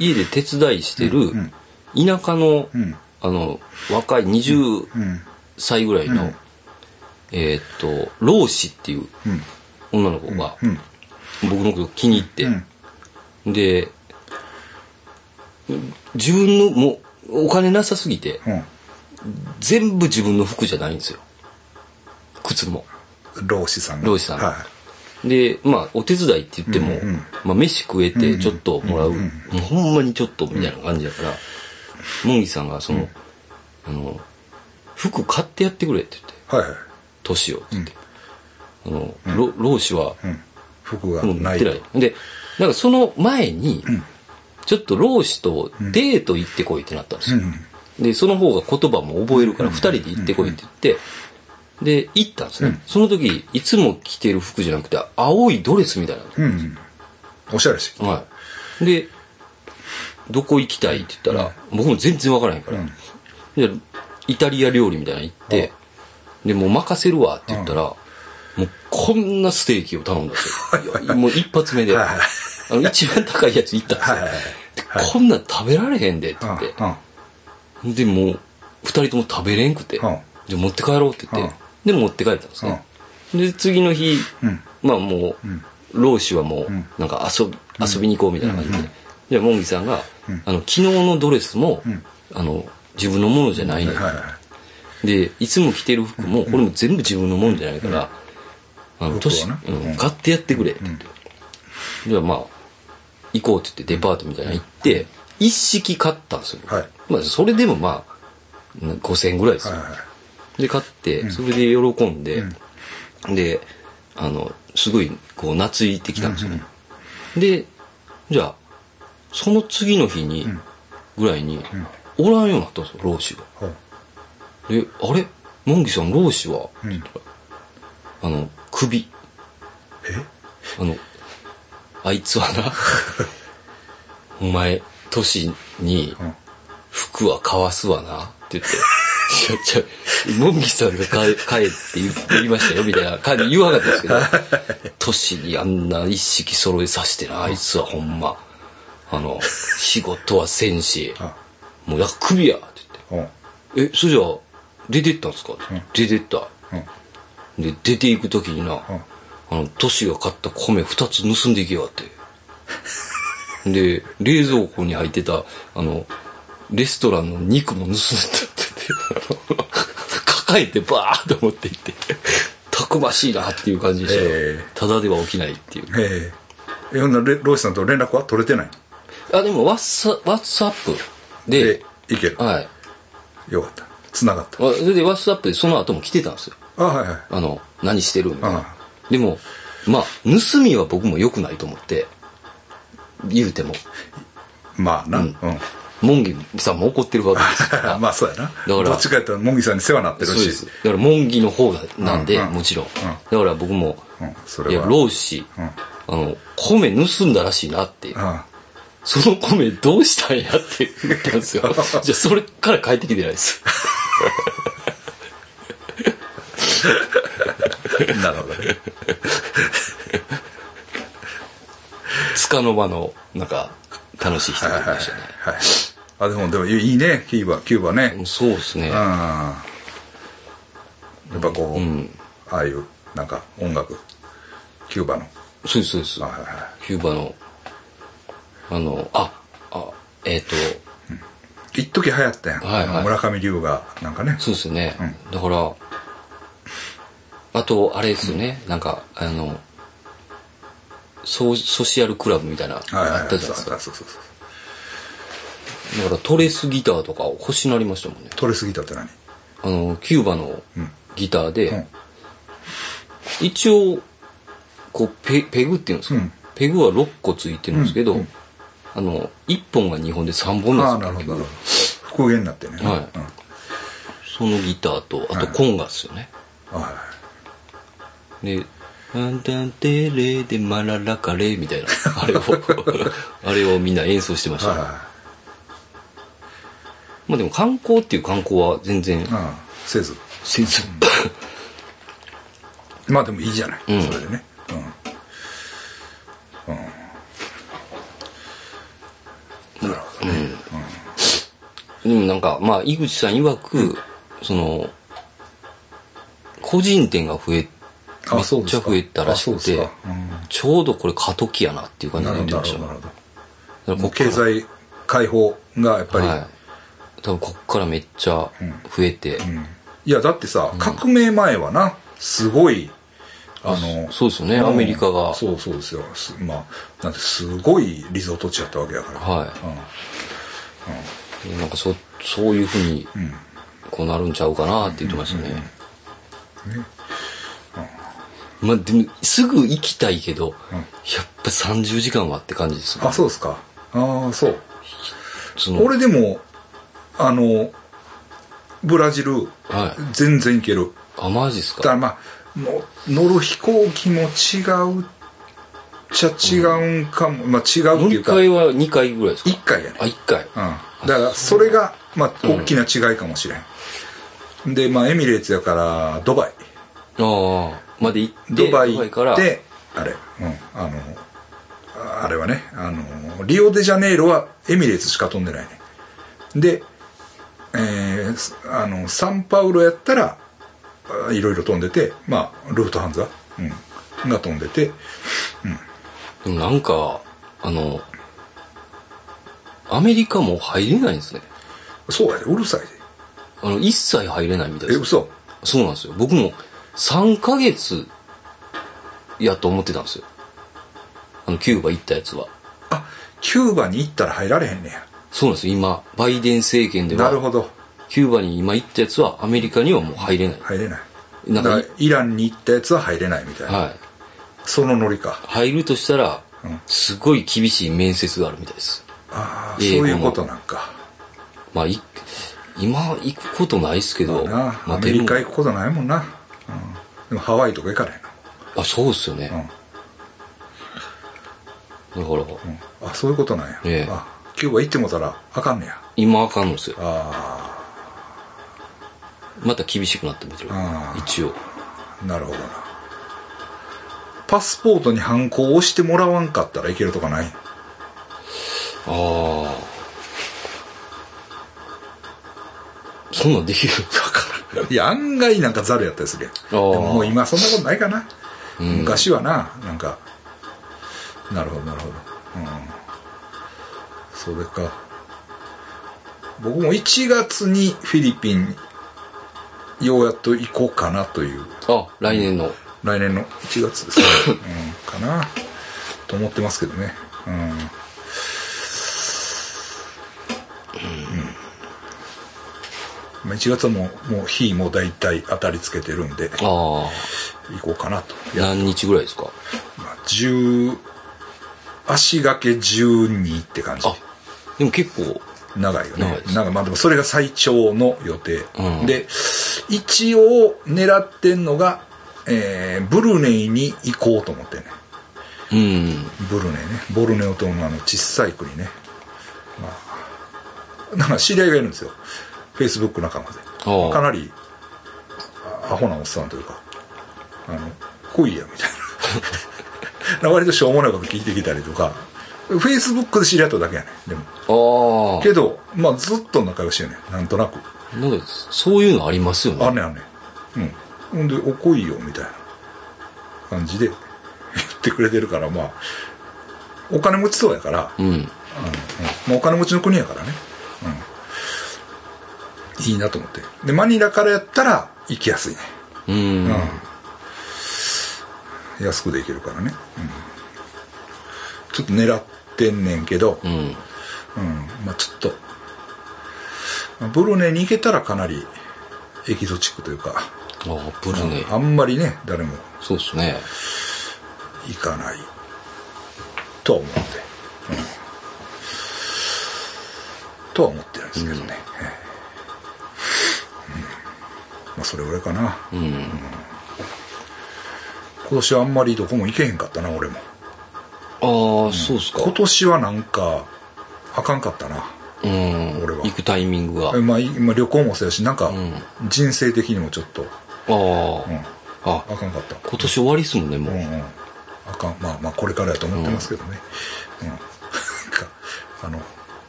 Speaker 2: 家で手伝いしてる
Speaker 1: ん、
Speaker 2: 田舎の、
Speaker 1: ん
Speaker 2: あの、若い20
Speaker 1: あ。うん。
Speaker 2: 歳ぐらいの、えーっと、老子っていう
Speaker 1: うん。
Speaker 2: 女の子が、
Speaker 1: うん。
Speaker 2: 僕のこと気に入って、
Speaker 1: うん。
Speaker 2: で、自分の、もう、お金なさすぎて、
Speaker 1: うん。
Speaker 2: 全部自分の服じゃないんですよ。靴も。
Speaker 1: 老子さんが。
Speaker 2: 老子さん
Speaker 1: は
Speaker 2: で、まあ、お手伝いって言っても、
Speaker 1: うんうん
Speaker 2: まあ、飯食えて、ちょっともらう、もうほんまにちょっと、みたいな感じだから、モンギさんが、その、あの、服買ってやってくれって言って、
Speaker 1: い。はいはい。
Speaker 2: 年を、って言って。あの、ろ老子は、
Speaker 1: うん。服が
Speaker 2: うん、
Speaker 1: な
Speaker 2: ないい。で、なんかその前に、ちょっと老子とデート行ってこいってなったんですよ。で、その方が言葉も覚えるから、二人で行ってこいって言って、で、行ったんですね。その時、いつも着てる服じゃなくて、青いドレスみたいなの。
Speaker 1: うん。おしゃれし。
Speaker 2: はい。で、どこ行きたいって言ったら、僕も全然わからへんから、でイタリア料理みたいなの行って、で、もう任せるわって言ったら、もうこんなステーキを頼んだんですよ。いやもう一発目で、
Speaker 1: はい
Speaker 2: あの一番高いやつ行ったんですよ
Speaker 1: はいはいはい
Speaker 2: で。こんなん食べられへんでって
Speaker 1: うん。う
Speaker 2: 言っ
Speaker 1: ん。
Speaker 2: て、で、もう、二人とも食べれんくて、
Speaker 1: うん
Speaker 2: じゃあ持って帰ろうって言って、で、持って帰ったんですね。で、次の日、
Speaker 1: うん
Speaker 2: まあもう、老子はもう、なんか遊び、遊びに行こうみたいな感じで。じゃあ、モンギさんが、あの、昨日のドレスも、あの、自分のものじゃないのよ、
Speaker 1: はいは
Speaker 2: で、いつも着てる服も、これも全部自分のものじゃないから、あの、年、
Speaker 1: 服はね
Speaker 2: うん、買ってやってくれって言って。じゃあまあ、行こうって言ってデパートみたいなの行って、一式買ったんですよ。
Speaker 1: はい
Speaker 2: まあ、それでもまあ、な5000円ぐらいです
Speaker 1: い。
Speaker 2: よ。
Speaker 1: はいはい。
Speaker 2: で、買って、それで喜んで、で、あの、すごい、こう、懐いてきたんですよね。で、じゃあ、その次の日に、ぐらいに、おらんようになったんですよ、老子が。
Speaker 1: ほう
Speaker 2: で、あれモンギさん、老子は、って言ったらあの、首。えあの、あいつは な、お前、年に
Speaker 1: ん、
Speaker 2: 服は買わすわな、って言って。いや、じゃモンギさん が買え、買えって言言いましたよ、みたいな感じで言わなか ったんですけど、年にあんな一式揃えさせてな、あいつはほんま、あの、仕事はせんし、もうや、首や、って言っ
Speaker 1: ほう
Speaker 2: て。え、それじゃあ、出てったんですか、出てった。で、出て行くときにな、あの、トシが買った米二つ盗んでいきやがって。で、冷蔵庫に入ってた、あの、レストランの肉も盗んだって言って、 抱えてバーッと持って行って、たくましいなっていう感じでしたよ、
Speaker 1: ええ
Speaker 2: ただでは起きないっていう。
Speaker 1: ええ。え、ほんなら、れ老子さんと連絡は取れてない
Speaker 2: あ、でも、ワッサ、ワッツアップで
Speaker 1: え、、いける。
Speaker 2: はい。
Speaker 1: よかった。繋がった。
Speaker 2: あそれで、ワッツアップでその後も来てたんですよ。
Speaker 1: あ、はいはい。
Speaker 2: あの、何してるみたい
Speaker 1: あ
Speaker 2: な。でも、まあ、盗みは僕も良くないと思って、言うても。
Speaker 1: まあな。うん。
Speaker 2: モンギさんも怒ってるわけですか ら。
Speaker 1: まあそうやな。
Speaker 2: ら
Speaker 1: どっちかやったら、モンギさんに世話になってる
Speaker 2: そうで
Speaker 1: し
Speaker 2: す。。だから、モンギの方がなんで、
Speaker 1: うんうん
Speaker 2: もちろん。だから僕も、
Speaker 1: うんそれはい
Speaker 2: や、老子、
Speaker 1: うん
Speaker 2: あの、米盗んだらしいなって。
Speaker 1: あ
Speaker 2: その米どうしたんやって言ったん ですよ。じゃあ、それから帰ってきてないです。
Speaker 1: あなるほど ね。
Speaker 2: つかの間の、なんか、楽しい人
Speaker 1: はい
Speaker 2: がい
Speaker 1: はい
Speaker 2: ましたね。
Speaker 1: はい。あ、でも、でもいいね、キューバ、キューバね。うん。
Speaker 2: そうですね。
Speaker 1: やっぱこう、ああいう、なんか音楽、キューバの。
Speaker 2: そうです、そうです
Speaker 1: はい。はいは
Speaker 2: キューバの、あの、あ、あ、えっ、と、
Speaker 1: い。一時流行ったやん。
Speaker 2: はいはい
Speaker 1: 村上龍が、なんかね。
Speaker 2: そうですよね。だから、あと、あれですよね。なんか、あの、ソソシアルクラブみたいな、
Speaker 1: はいはい
Speaker 2: あ
Speaker 1: は
Speaker 2: っ
Speaker 1: い。そう
Speaker 2: たじゃないです
Speaker 1: そ
Speaker 2: か。
Speaker 1: うそうそう。
Speaker 2: だから、トレスギターとか欲しなりましたもんね。
Speaker 1: 取れすぎたって何
Speaker 2: あの、キューバのギターで、
Speaker 1: うん
Speaker 2: 一応、こうペ、ペグっていうんですか、
Speaker 1: うん
Speaker 2: ペグは6個ついてるんですけど、
Speaker 1: うんうん
Speaker 2: あの、1本が2本で3本
Speaker 1: あ
Speaker 2: な
Speaker 1: あ、な
Speaker 2: んです
Speaker 1: るほど、なる
Speaker 2: よ、結局
Speaker 1: ほど。復元になってね。
Speaker 2: はい
Speaker 1: うん
Speaker 2: そのギターと、あ
Speaker 1: は
Speaker 2: と
Speaker 1: い
Speaker 2: コンガですよね。
Speaker 1: はいはい
Speaker 2: で、タンタンテレでマララカレみたいな、あれを、あれをみんな演奏してました。
Speaker 1: はいは
Speaker 2: まあでも観光っていう観光は全然
Speaker 1: い。、ああ、せず。
Speaker 2: せず
Speaker 1: まあでもいいじゃない、
Speaker 2: ん
Speaker 1: それでね、うん
Speaker 2: でもなんか、まあ、井口さん曰く、その、個人店が増え、め
Speaker 1: あそう
Speaker 2: っ
Speaker 1: で
Speaker 2: ち
Speaker 1: す
Speaker 2: ゃ
Speaker 1: か
Speaker 2: 増えたらし
Speaker 1: あ
Speaker 2: く
Speaker 1: そう
Speaker 2: て、
Speaker 1: ですかうん
Speaker 2: ちょうどこれ過渡期やなっていう感じ
Speaker 1: な
Speaker 2: に
Speaker 1: るほ
Speaker 2: なって
Speaker 1: どな
Speaker 2: ま
Speaker 1: る
Speaker 2: した
Speaker 1: ほどな
Speaker 2: ね。
Speaker 1: るほ
Speaker 2: だから
Speaker 1: ど
Speaker 2: こ
Speaker 1: も
Speaker 2: っ
Speaker 1: う
Speaker 2: から
Speaker 1: 経済解放がやっぱり、
Speaker 2: はい。多分こっからめっちゃ増えて、
Speaker 1: うんいやだってさ、革命前はなすごいあの
Speaker 2: そうですよね
Speaker 1: うん
Speaker 2: アメリカが
Speaker 1: そうそうですよすまあなんてすごいリゾート地やったわけやから、
Speaker 2: は
Speaker 1: うん
Speaker 2: い。なんかそ、そういうふうに、こうなるんちゃうかなって言ってましたね。まあでも、すぐ行きたいけど、やっぱ30時間はって感じですね
Speaker 1: あそうですかああそう
Speaker 2: その
Speaker 1: 俺でもあのブラジル、
Speaker 2: はい
Speaker 1: 全然行ける
Speaker 2: あ、マジっす
Speaker 1: だか。
Speaker 2: から
Speaker 1: まあの乗る飛行機も違うっちゃ違うんかも、まあ違うってい
Speaker 2: 乗
Speaker 1: う
Speaker 2: り
Speaker 1: か
Speaker 2: 換えは2回ぐらいですか
Speaker 1: 1回やね
Speaker 2: あ、1
Speaker 1: う
Speaker 2: 回。
Speaker 1: ん、だからそれが、まあ、大きな違いかもしれん、でまあエミレーツやからドバイ
Speaker 2: ああ、まで行って、
Speaker 1: ドバイ
Speaker 2: か
Speaker 1: 行
Speaker 2: ら
Speaker 1: っ、てあれ、うん、あのああれはねあのリオデジャネイロはエミレーツしか飛んでないねで、えーすあのサンパウロやったらあいろいろ飛んでてまあルートハンザ、うん、が飛んでて
Speaker 2: でもなんか、あの、アメリカも入れないんですね。
Speaker 1: そうやでうるさい
Speaker 2: あの、一切入れないみたい
Speaker 1: でえ
Speaker 2: です。
Speaker 1: 嘘
Speaker 2: そうなんですよ。僕も3ヶ月やと思ってたんですよ。あの、キューバ行ったやつは。
Speaker 1: あキューバに行ったら入られへんねや
Speaker 2: そうなんですよ。今、バイデン政権で
Speaker 1: なる
Speaker 2: は、
Speaker 1: ほど
Speaker 2: キューバに今行ったやつはアメリカにはもう入れない。
Speaker 1: 入れない
Speaker 2: な
Speaker 1: だ
Speaker 2: んか
Speaker 1: からイランに行ったやつは入れないみたいな、
Speaker 2: はい。
Speaker 1: そのノリか
Speaker 2: 入るとしたら
Speaker 1: うん、
Speaker 2: すごい厳しい面接があるみたいです。
Speaker 1: ああそう
Speaker 2: 英語の
Speaker 1: いうことなんか
Speaker 2: まあ、い今行くことないですけど、
Speaker 1: な
Speaker 2: ま
Speaker 1: あ
Speaker 2: あ
Speaker 1: アメリカ
Speaker 2: で
Speaker 1: 行くことないもんな、うん、でもハワイとか行かない
Speaker 2: もあ、そうですよね。だから、
Speaker 1: なあそういうことなんや、
Speaker 2: ええ
Speaker 1: あキューバ行ってもたらあかんねや
Speaker 2: 今あかんのですよ。
Speaker 1: あ
Speaker 2: また厳しくなってみてる
Speaker 1: あ。ー
Speaker 2: 一応。
Speaker 1: あなるほどなパスポートに犯行を押してもらわんかったらいけるとかない
Speaker 2: ああ。そんなんできるだか
Speaker 1: いや案外なんかザルやったりするやんでももう今そんなことないかな、昔はななんかなるほどなるほどうんそれか僕も1月にフィリピンようやっと行こうかなという
Speaker 2: ら。あ、来年の。
Speaker 1: 来年の1月ですね、うん、かなと思ってますけどねうん、うん、まあ1月はもうもう日も大体当たりつけてるんで行
Speaker 2: ああ。
Speaker 1: こうかなと、
Speaker 2: 何日ぐらいですか
Speaker 1: まあ、10足掛け12って感じ
Speaker 2: あ、でも結構
Speaker 1: 長いよね
Speaker 2: 長いです
Speaker 1: なんかまあでもそれが最長の予定、
Speaker 2: うん
Speaker 1: で一応狙ってんのが、えーブルネイに行こうと思ってんね
Speaker 2: うん。
Speaker 1: ブルネイねボルネオ島のあの小さい国ね、まあ、なんか知り合いがいるんですよフェイスブック仲間で
Speaker 2: ああ
Speaker 1: かなりあアホなおっさんというかあの来いやみたいな割としょうもないこと聞いてきたりとかフェイスブックで知り合っただけやねでも
Speaker 2: あ
Speaker 1: けどまあずっと仲良しやねなんとなく
Speaker 2: あ。なんか、そういうのありますよ
Speaker 1: あ
Speaker 2: ね。
Speaker 1: んねんあんねんうんほんで「お来いよ」みたいな感じで言ってくれてるからまあお金持ちそうやから、
Speaker 2: うん。
Speaker 1: まあ、お金持ちの国やからね、うん、いいなと思ってでマニラからやったら行きやすいね
Speaker 2: うん。
Speaker 1: 安くで行けるからね、うん、ちょっと狙ってんねんけど、
Speaker 2: うん。
Speaker 1: うんまあちょっと、まあブルネに行けたらかなりエキゾチックというか、
Speaker 2: ああ、ブルネイ。
Speaker 1: あんまりね、誰も
Speaker 2: そうですね。
Speaker 1: 行かないとは思って、うん、とは思ってるんですけどね。ええうんまあそれぐらいかな。
Speaker 2: うん。
Speaker 1: 今年はあんまりどこも行けへんかったな、俺も。
Speaker 2: ああ、そうっすか。
Speaker 1: 今年はなんか、あかんかったな。
Speaker 2: うん。
Speaker 1: 俺は
Speaker 2: 行くタイミングが。
Speaker 1: えまあ、いまあ旅行もそうやし、なんか
Speaker 2: ん、
Speaker 1: 人生的にもちょっと、
Speaker 2: あ
Speaker 1: うん、
Speaker 2: あ。あ、
Speaker 1: あかんかった。
Speaker 2: 今年終わりっすもんね、も
Speaker 1: うん
Speaker 2: う。
Speaker 1: うん、あかんまあまあこれからやと思ってますけどね、うんなんかあの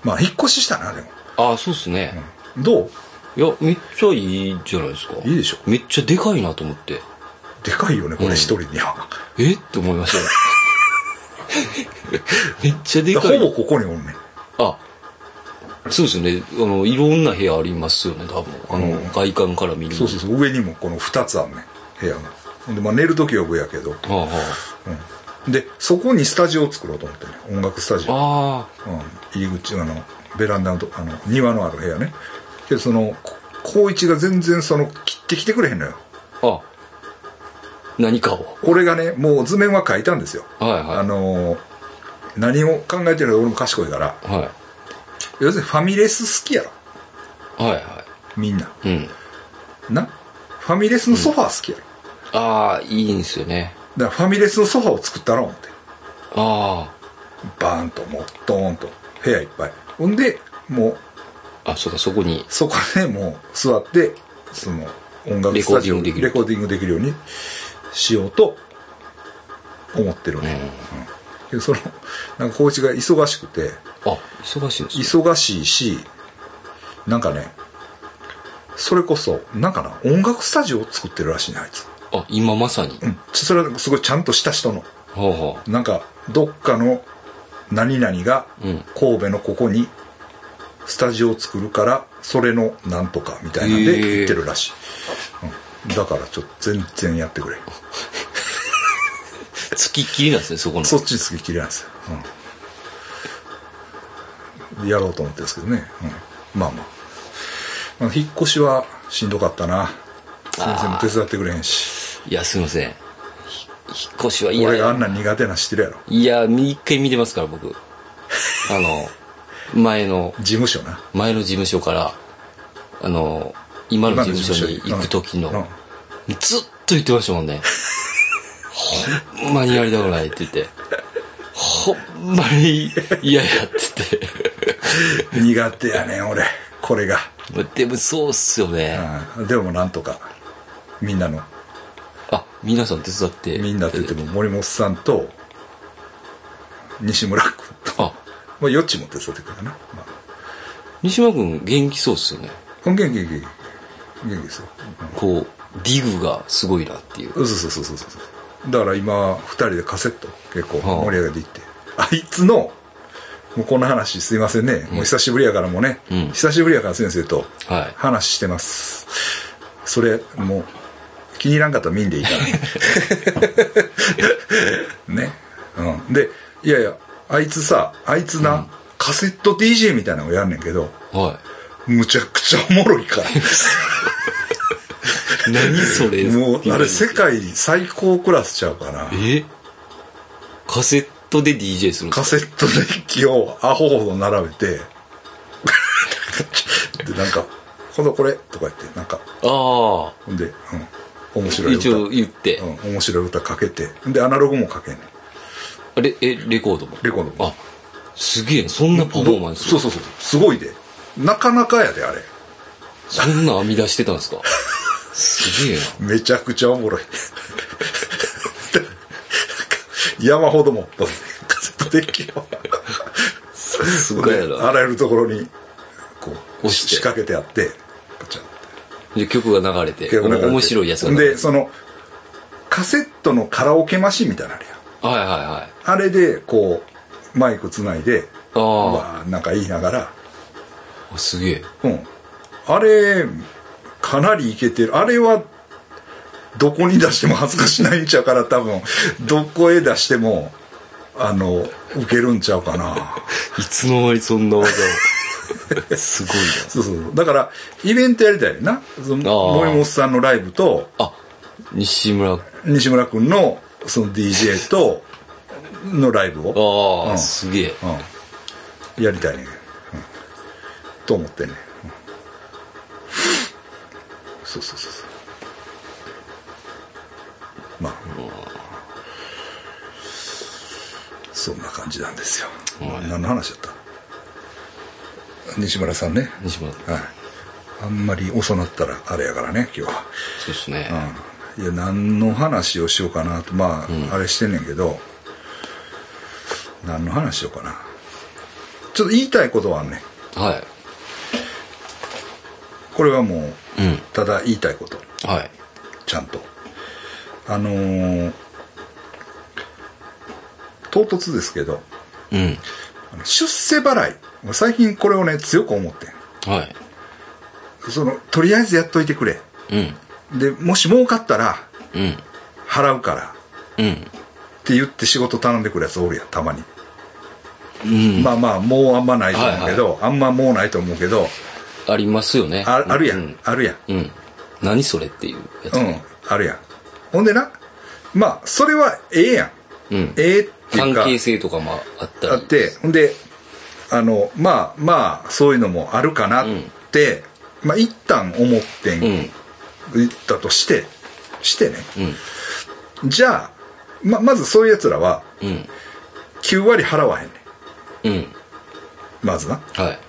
Speaker 1: まあ引っ越ししたなでも、
Speaker 2: ああ、そうっすね。
Speaker 1: うんどう
Speaker 2: いや、めっちゃいいじゃないですか。
Speaker 1: いいでしょ
Speaker 2: めっちゃでかいなと思って。
Speaker 1: でかいよねこ
Speaker 2: うん
Speaker 1: れ一人には、
Speaker 2: えって思いました よ。めっちゃでか
Speaker 1: ほ
Speaker 2: い。
Speaker 1: ぼここにおんねん
Speaker 2: あ、そうですね。あの、いろんな部屋ありますよね、多分。あの、
Speaker 1: うん
Speaker 2: 外観から見る
Speaker 1: そう
Speaker 2: と
Speaker 1: そうそう上にもこの2つあんねん部屋がほんでまあ寝る時は上やけど、
Speaker 2: はあ、は
Speaker 1: うん、でそこにスタジオを作ろうと思ってね音楽スタジオ、
Speaker 2: あ、あ
Speaker 1: うん、入り口あのベランダのとあの庭のある部屋ねけどそのこ高一が全然その切ってきてくれへんのよ
Speaker 2: あ、あ何かを。
Speaker 1: 俺がねもう図面は書いたんですよ
Speaker 2: はい
Speaker 1: あ
Speaker 2: は
Speaker 1: のー何を考えてるのか俺も賢いから
Speaker 2: い。は
Speaker 1: 要するにファミレス好きやろ
Speaker 2: い。はいは。
Speaker 1: みんない
Speaker 2: うん。
Speaker 1: なファミレスのソファー好きやろ、
Speaker 2: ああ、いいんですよね。
Speaker 1: だからファミレスのソファーを作ったろ思って
Speaker 2: あ
Speaker 1: バーンともうドーンと部屋いっぱいほんでもう
Speaker 2: あ。あ、そうか、そこに。
Speaker 1: そこでもう座ってその音楽スタジオ
Speaker 2: レコーディングできる
Speaker 1: レコーディングできるようにしようと思ってるね、うんけどそのなんかコーチが忙しくて
Speaker 2: あ、忙しいんですね
Speaker 1: 忙しいしなんかねそれこそなんかな音楽スタジオを作ってるらしいねあいつ
Speaker 2: あ、今まさに。
Speaker 1: うんそれはすごいちゃんとした人の
Speaker 2: はあは
Speaker 1: なんかどっかの何々が
Speaker 2: うん
Speaker 1: 神戸のここにスタジオを作るからそれのなんとかみたいなん
Speaker 2: へ
Speaker 1: で
Speaker 2: え
Speaker 1: 言ってるらしい、うん、だからちょっと全然やってくれ
Speaker 2: あ。つきっきりなんですね、そこの。
Speaker 1: そっちに好ききれなんですよ、うん、やろうと思ってるんですけどね、うん、まあまあまあ引っ越しはしんどかったな先生も手伝ってくれへんし
Speaker 2: いや、すいません。ひ引っ越しはいや
Speaker 1: 俺があんな苦手な知ってるやろ
Speaker 2: いや、み一回見てますから、僕。あの、前の、
Speaker 1: 事務所 な
Speaker 2: 前の事務所から、あの、今の
Speaker 1: 今
Speaker 2: 事務所に行くときの、
Speaker 1: うんうん
Speaker 2: ずっと言ってましたもんね。ほんまにやりたくないって言って。ほんまに嫌やって
Speaker 1: 苦手やねん俺これが、
Speaker 2: 言って。でもそうっすよね。
Speaker 1: うん、でもなんとかみんなの
Speaker 2: あ、皆さん手伝って。
Speaker 1: みんなって言っても森本さんと西村君と
Speaker 2: あ、
Speaker 1: まあよっちも手伝ってくれたな、まあ、
Speaker 2: 西村くん元気そうっすよね。
Speaker 1: 元気元気元気元気ですよ、うん
Speaker 2: こう、ディグがすごいなっていう。
Speaker 1: そうそうそうそうそうそうだから今2人でカセット結構
Speaker 2: はあ
Speaker 1: 盛り上げていって、あいつのもうこの話すいませんね、もう久しぶりやからもうね、
Speaker 2: うん
Speaker 1: 久しぶりやから先生と
Speaker 2: はい
Speaker 1: 話してます、それもう気に入らんかったら見んでいいから ね、うん、でいやいやあいつさあいつな、カセット DJ みたいなのをやんねんけど
Speaker 2: は
Speaker 1: むちゃくちゃおもろい から
Speaker 2: い。何それ
Speaker 1: もう、あれ世界最高クラスちゃうかな。
Speaker 2: えカセットで DJ するんで
Speaker 1: カ
Speaker 2: す
Speaker 1: セットデッキをアホほど並べて、で、なんか、このこれとか言って、なんか、
Speaker 2: あ
Speaker 1: ほんで、うん、面
Speaker 2: あ。
Speaker 1: 白い
Speaker 2: 一
Speaker 1: 歌。
Speaker 2: 応言って。
Speaker 1: うん、面白い歌かけて。で、アナログもかけんねん
Speaker 2: あれ、え、レコードも。
Speaker 1: レコードも
Speaker 2: あ、すげえ。そんなパフォーマンス。
Speaker 1: そうそうそう。すごいで。なかなかやで、あれ。
Speaker 2: そんなん編み出してたんで すかすげえな。
Speaker 1: めちゃくちゃおもろい。 山ほども、カセットデッキを。
Speaker 2: すごい
Speaker 1: であ
Speaker 2: な。
Speaker 1: らゆるところに、こう、
Speaker 2: 押して
Speaker 1: 仕掛けてあって、ガチャン
Speaker 2: で、曲が流れて。
Speaker 1: 曲
Speaker 2: お
Speaker 1: の中で
Speaker 2: 面白いやつが流れ
Speaker 1: で、
Speaker 2: て。
Speaker 1: その、カセットのカラオケマシンみたいなのあるやん。
Speaker 2: はいはいはい。
Speaker 1: あれで、こう、マイクつないで、
Speaker 2: ああ
Speaker 1: わーなんか言いながら、
Speaker 2: あすげえ。
Speaker 1: うん。あれ、かなりいけてる。あれは、どこに出しても恥ずかしないんちゃうから多分、どこへ出しても、あの、受けるんちゃうかな。
Speaker 2: いつの間にそんな 技を。すごい
Speaker 1: そうそうそう。だから、イベントやりたいよな。その、
Speaker 2: あー
Speaker 1: 森本さんのライブと、
Speaker 2: な。あ、西村。あ
Speaker 1: 西村君の、その DJ と、のライブを、
Speaker 2: あ、
Speaker 1: うん
Speaker 2: すげえ。
Speaker 1: うん、やりたいね、うんと思ってね、うんそうそうそうそうまあそんな感じなんですよ、何の話だった西村さんね、
Speaker 2: 西村。
Speaker 1: はい、あんまり遅なったらあれやからね今日は。
Speaker 2: そうですね。
Speaker 1: うんいや何の話をしようかなとまあ、あれしてんねんけど何の話しようかなちょっと言いたいことはあんねん
Speaker 2: は
Speaker 1: これはもう
Speaker 2: い。うん。
Speaker 1: ただ言いたいこと
Speaker 2: はい。
Speaker 1: ちゃんとあのー唐突ですけど
Speaker 2: うん。
Speaker 1: あの出世払い最近これをね強く思ってん
Speaker 2: はい。
Speaker 1: そのとりあえずやっといてくれ
Speaker 2: うん。
Speaker 1: でもし儲かったら
Speaker 2: うん。
Speaker 1: 払うから
Speaker 2: うん。
Speaker 1: って言って仕事頼んでくるやつおるやんたまに
Speaker 2: うん。
Speaker 1: まあまあ、もうあんまないと思うけど、あんまもうないと思うけど、
Speaker 2: ありますよね。
Speaker 1: ああるやん、
Speaker 2: うん。
Speaker 1: あるやん。
Speaker 2: うん。何それっていうやつ
Speaker 1: う。ん、あるやん。ほんでな、まあ、それはええやん。
Speaker 2: うん。
Speaker 1: ええってい
Speaker 2: 関
Speaker 1: うか、
Speaker 2: 係性とかもあったり。
Speaker 1: あって、ほんで、あの、まあまあ、そういうのもあるかなって、まあ、一旦思ってん、
Speaker 2: うん。
Speaker 1: 言ったとして、してね。
Speaker 2: うん。
Speaker 1: じゃあ、ま、まずそういう奴らは、
Speaker 2: うん。
Speaker 1: 9割払わへんね
Speaker 2: うん。
Speaker 1: ん。まずな。
Speaker 2: はい。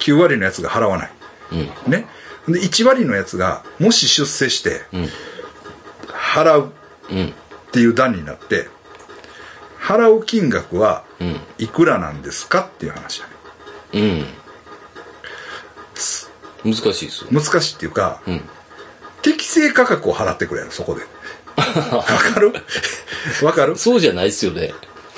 Speaker 1: 9割のやつが払わない。
Speaker 2: うん。
Speaker 1: ね。ほんで、1割のやつが、もし出世して、
Speaker 2: うん。
Speaker 1: 払う
Speaker 2: うん。
Speaker 1: っていう段になって払う金額は
Speaker 2: うん。
Speaker 1: いくらなんですかっていう話だね
Speaker 2: うん。難しいですよね。
Speaker 1: 難しいっていうか、
Speaker 2: うん。
Speaker 1: 適正価格を払ってくれよそこでわか るわかる
Speaker 2: そうじゃないですよね。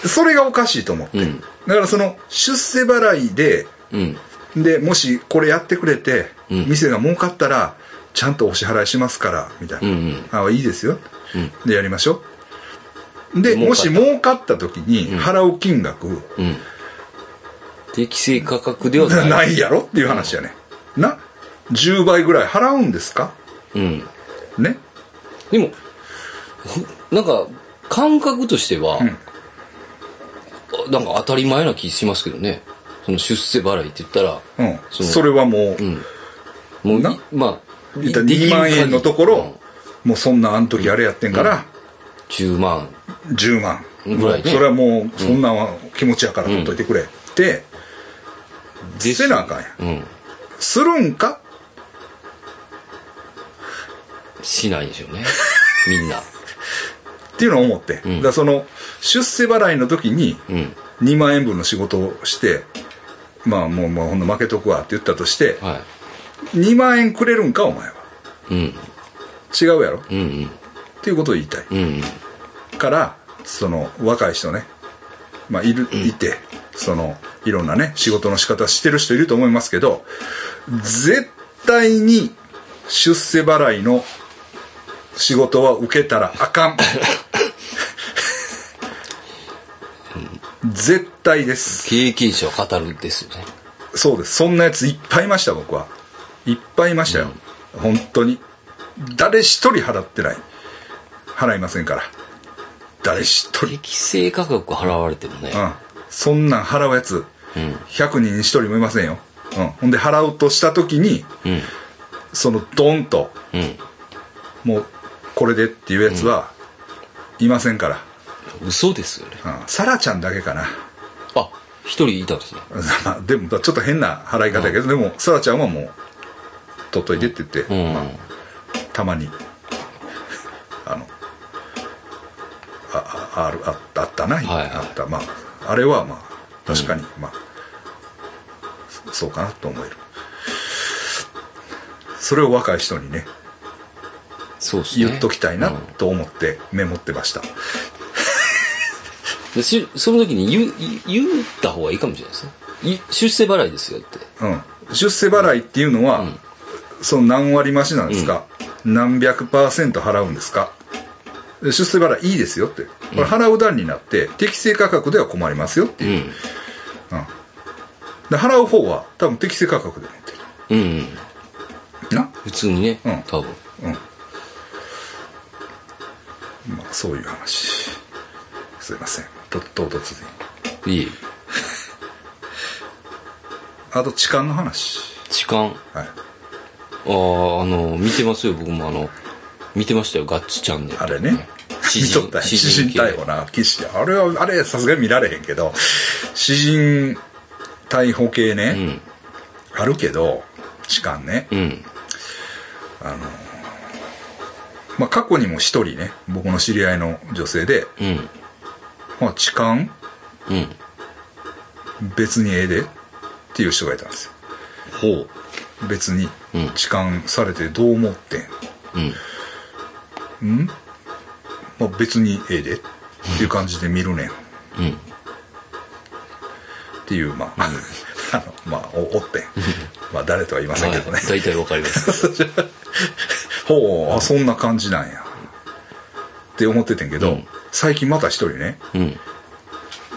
Speaker 1: それがおかしいと思って、
Speaker 2: うん
Speaker 1: だからその出世払いで
Speaker 2: うん。
Speaker 1: でもしこれやってくれて、
Speaker 2: うん
Speaker 1: 店が儲かったらちゃんとお支払いしますからみたいな、
Speaker 2: うんうん
Speaker 1: あいいですよ、
Speaker 2: う
Speaker 1: でやりましょうで
Speaker 2: 儲
Speaker 1: も
Speaker 2: かった
Speaker 1: し儲かった時に払う金額、
Speaker 2: うん。適正価格で は
Speaker 1: な
Speaker 2: ない。
Speaker 1: いやろっていう話やね。な ?10 倍ぐらい払うんですか
Speaker 2: うん。
Speaker 1: ね
Speaker 2: でも、ふなんか、感覚としては、あなんか当たり前な気しますけどね。その出世払いって言ったら、
Speaker 1: うん。
Speaker 2: そ
Speaker 1: そうれはもう、
Speaker 2: もうい
Speaker 1: な、
Speaker 2: まあ、
Speaker 1: 言ったら
Speaker 2: できる
Speaker 1: 2万
Speaker 2: 限り
Speaker 1: 円のとこ
Speaker 2: う
Speaker 1: ろ
Speaker 2: ん、
Speaker 1: もうそんなあん時あれやってんから、
Speaker 2: 10万。
Speaker 1: 10万。
Speaker 2: ぐらいね
Speaker 1: それはもう、そんなんは気持ちやから取っといてくれ。って、
Speaker 2: で
Speaker 1: せなあかんやん。
Speaker 2: うん。
Speaker 1: するんか
Speaker 2: しないでしょうね。 みんな。
Speaker 1: っていうのを思って。だからその、出世払いの時に、
Speaker 2: うん。
Speaker 1: 2万円分の仕事をして、まあもう、まあ、ほんの負けとくわって言ったとして、
Speaker 2: は
Speaker 1: 2万円くれるんかお前は。
Speaker 2: い。うん。
Speaker 1: 違うやろ
Speaker 2: うんうん。
Speaker 1: っていうことを言いたい。
Speaker 2: うんうん。
Speaker 1: からその若い人ね、まあ、いるいてそのいろんなね仕事の仕方してる人いると思いますけど絶対に出世払いの仕事は受けたらあ かん絶対です
Speaker 2: 経験者を語るですよね。
Speaker 1: そうですそんなやついっぱいいました僕はいっぱいいましたよ、本当に誰一人払ってない払いませんから誰一人
Speaker 2: 適正価格払われてもね。
Speaker 1: うん。そんなん払うやつ、
Speaker 2: うん。
Speaker 1: 100人に1人もいませんよ。うん、ほんで払おうとした時に
Speaker 2: うん。
Speaker 1: そのドンと
Speaker 2: う
Speaker 1: もうこれでっていうやつはいませんから、
Speaker 2: ん。嘘ですよね。
Speaker 1: うんサラちゃんだけかな
Speaker 2: あ、一人いたんですね。
Speaker 1: まあでもちょっと変な払い方やけど、でもサラちゃんはもう取っといてって言って、
Speaker 2: うん。
Speaker 1: まあたまにあのあああるあったあったな、
Speaker 2: はい
Speaker 1: あったまああれはまあ確かに、まあそそうかなと思えるそれを若い人にね
Speaker 2: そうですね。
Speaker 1: 言っときたいな
Speaker 2: うん
Speaker 1: と思ってメモってました、
Speaker 2: でしその時に言う、言言った方がいいかもしれないですね。い出世払いですよって。
Speaker 1: うん、出世払いっていうのは、
Speaker 2: ん
Speaker 1: その何割増しなんですか、何百パーセント払うんですか出世払いいいですよってこれ払う段になって適正価格では困りますよっていう、で払う方は多分適正価格で持って
Speaker 2: うん。うん。
Speaker 1: るな、
Speaker 2: 普通にね。
Speaker 1: うん
Speaker 2: 多分。
Speaker 1: うんまあ、そういう話すいませんと唐突に
Speaker 2: いい。
Speaker 1: あと痴漢の話
Speaker 2: 痴漢。
Speaker 1: はい
Speaker 2: ああ、あの、見てますよ、僕もあの、見てましたよ、ガッチチャンネル。
Speaker 1: あれね。
Speaker 2: 詩
Speaker 1: 見
Speaker 2: 人
Speaker 1: とったんや
Speaker 2: 詩
Speaker 1: 詩
Speaker 2: 人
Speaker 1: 人逮捕な、岸あれは、あれ、さすがに見られへんけど、詩人逮捕系
Speaker 2: う
Speaker 1: ね、
Speaker 2: ん。
Speaker 1: あるけど、痴漢ね。
Speaker 2: うん。
Speaker 1: まあ、過去にも一人ね、僕の知り合いの女性で、
Speaker 2: うん。
Speaker 1: まあ、痴漢
Speaker 2: うん。
Speaker 1: 別にええでっていう人がいたんですよ。
Speaker 2: ほう。
Speaker 1: 別に
Speaker 2: うん
Speaker 1: 痴漢されてどう思ってん
Speaker 2: うん。
Speaker 1: まあ、別にええでっていう感じで見るねん。
Speaker 2: うん。
Speaker 1: っていう、まあ、 あの、まあ、おおってん。まあ、誰とは言いませんけどね
Speaker 2: はい。大体わかります。
Speaker 1: ほうあそんな感じなんやって思っててんけど、
Speaker 2: うん
Speaker 1: 最近また一人ね、
Speaker 2: うん。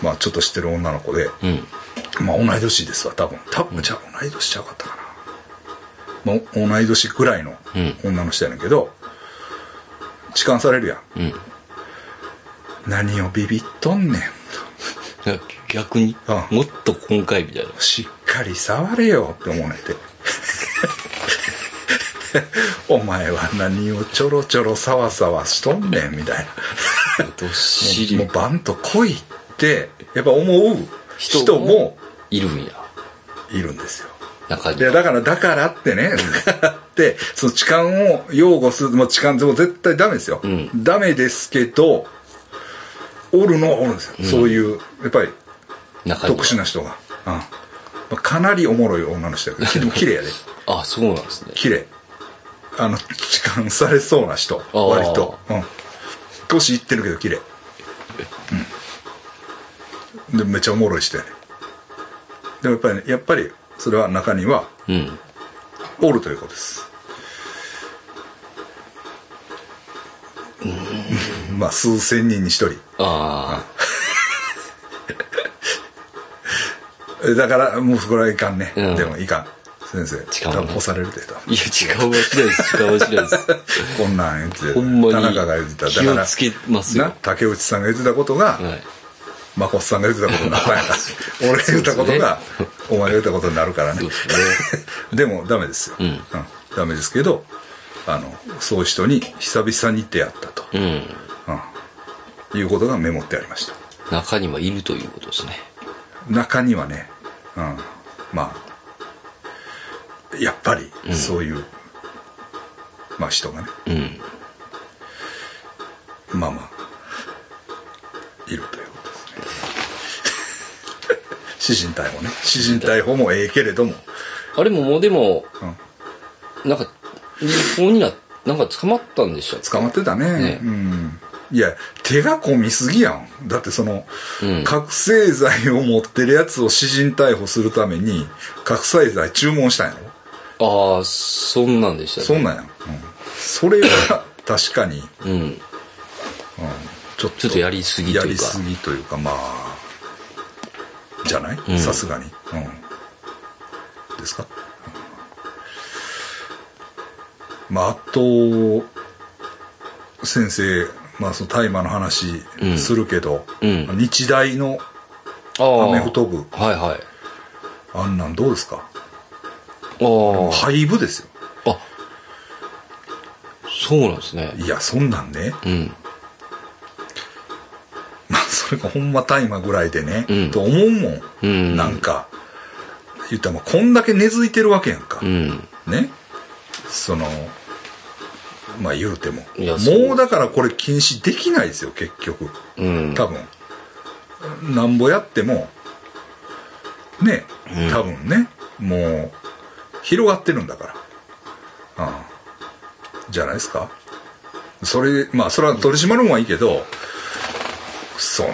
Speaker 1: まあ、ちょっと知ってる女の子で、
Speaker 2: うん。
Speaker 1: まあ、同い年ですわ多分多分じゃあ同い年ちゃうかったかな、まあ、同い年ぐらいの女の人やねんけど、痴漢されるやん
Speaker 2: うん。
Speaker 1: 何をビビっとんねん
Speaker 2: な逆に、
Speaker 1: あ
Speaker 2: もっと今回みたいな。
Speaker 1: としっかり触れよって思うねん てお前は何をちょろちょろさわさわしとんねんみたいな
Speaker 2: どっし
Speaker 1: もう
Speaker 2: り
Speaker 1: バンと来いってやっぱ思う人も
Speaker 2: 人もいるんや。
Speaker 1: いるんですよ
Speaker 2: 中
Speaker 1: い
Speaker 2: に
Speaker 1: や。だからだからってね だからってその痴漢を擁護するもう痴漢もう絶対ダメですよ、
Speaker 2: うん
Speaker 1: ダメですけどおるのはおるんですよ、そういうやっぱり
Speaker 2: 中に。
Speaker 1: 特殊な人が、うんまあかなりおもろい女の人やけどでも綺麗やで
Speaker 2: あ、そうなんですね。
Speaker 1: 綺麗あの痴漢されそうな人
Speaker 2: あー
Speaker 1: 割とうん年いってるけど綺麗うんでめっちゃおもろい人やねでもやっぱりねやっぱりそれは中には
Speaker 2: うん。
Speaker 1: おるということです まあ数千人に一人
Speaker 2: あ
Speaker 1: えだからもうそこらはいかんね、
Speaker 2: うん
Speaker 1: でもいかん先生
Speaker 2: 痴漢は
Speaker 1: 多
Speaker 2: ね
Speaker 1: 分干されるで多
Speaker 2: あ。いや、時間はしないです。時間はしないです。
Speaker 1: 分こんなん言ってた
Speaker 2: ほんまに
Speaker 1: 田中が言ってただか
Speaker 2: 気
Speaker 1: ら
Speaker 2: をつけますよ
Speaker 1: な竹内さんが言ってたことが、
Speaker 2: はい。
Speaker 1: まこっさんが言ってたことになったんや 俺が言ったことが、お前が言ったことになるからね
Speaker 2: そうですね。
Speaker 1: でもダメですよ、
Speaker 2: ん
Speaker 1: ダメですけどあのそういう人に久々に出会ったと、
Speaker 2: うん。
Speaker 1: うんいうことがメモってありました
Speaker 2: 中にはいるということですね。
Speaker 1: 中にはね、うん、まあやっぱりそういう、まあ人がね
Speaker 2: うん。
Speaker 1: まあまあいるということですね 詩人逮捕ね詩人逮捕もええけれども
Speaker 2: あれももうでも、なんか、違法にな、なんか捕まったんでしたっ
Speaker 1: 捕まってたね
Speaker 2: ね
Speaker 1: うんいや手が込みすぎやんだってその、
Speaker 2: うん
Speaker 1: 覚醒剤を持ってるやつを詩人逮捕するために覚醒剤注文したんやろ
Speaker 2: けああ、そんなんでした
Speaker 1: そ
Speaker 2: ね。
Speaker 1: んなんやん、うん、それは 確かに
Speaker 2: うん。
Speaker 1: ちょっと
Speaker 2: ちょっとやりすぎというか
Speaker 1: やりすぎというかまあじゃない
Speaker 2: うん
Speaker 1: さすがに、うん、ですか、うんまああと先生まあその大麻の話
Speaker 2: うん
Speaker 1: するけど、
Speaker 2: うん
Speaker 1: 日大の
Speaker 2: ああ。
Speaker 1: アメフト部
Speaker 2: はいはい。
Speaker 1: あんなんどうですか
Speaker 2: あ
Speaker 1: 廃部ですよ
Speaker 2: あ。あ、そうなんですね。
Speaker 1: いやそんなんね
Speaker 2: うん。
Speaker 1: まあそれがほんま大麻ぐらいでね、
Speaker 2: うん
Speaker 1: と思うもん、
Speaker 2: うん
Speaker 1: なんか言ったらもうこんだけ根付いてるわけやんか、
Speaker 2: うん。
Speaker 1: ねそのまあ言うても
Speaker 2: いやそう
Speaker 1: もうだからこれ禁止できないですよ結局
Speaker 2: うん。
Speaker 1: 多分なんぼやってもね多分ね、もう広がってるんだから、うん、じゃないですかそれまあそれは取り締まるもんはいいけどその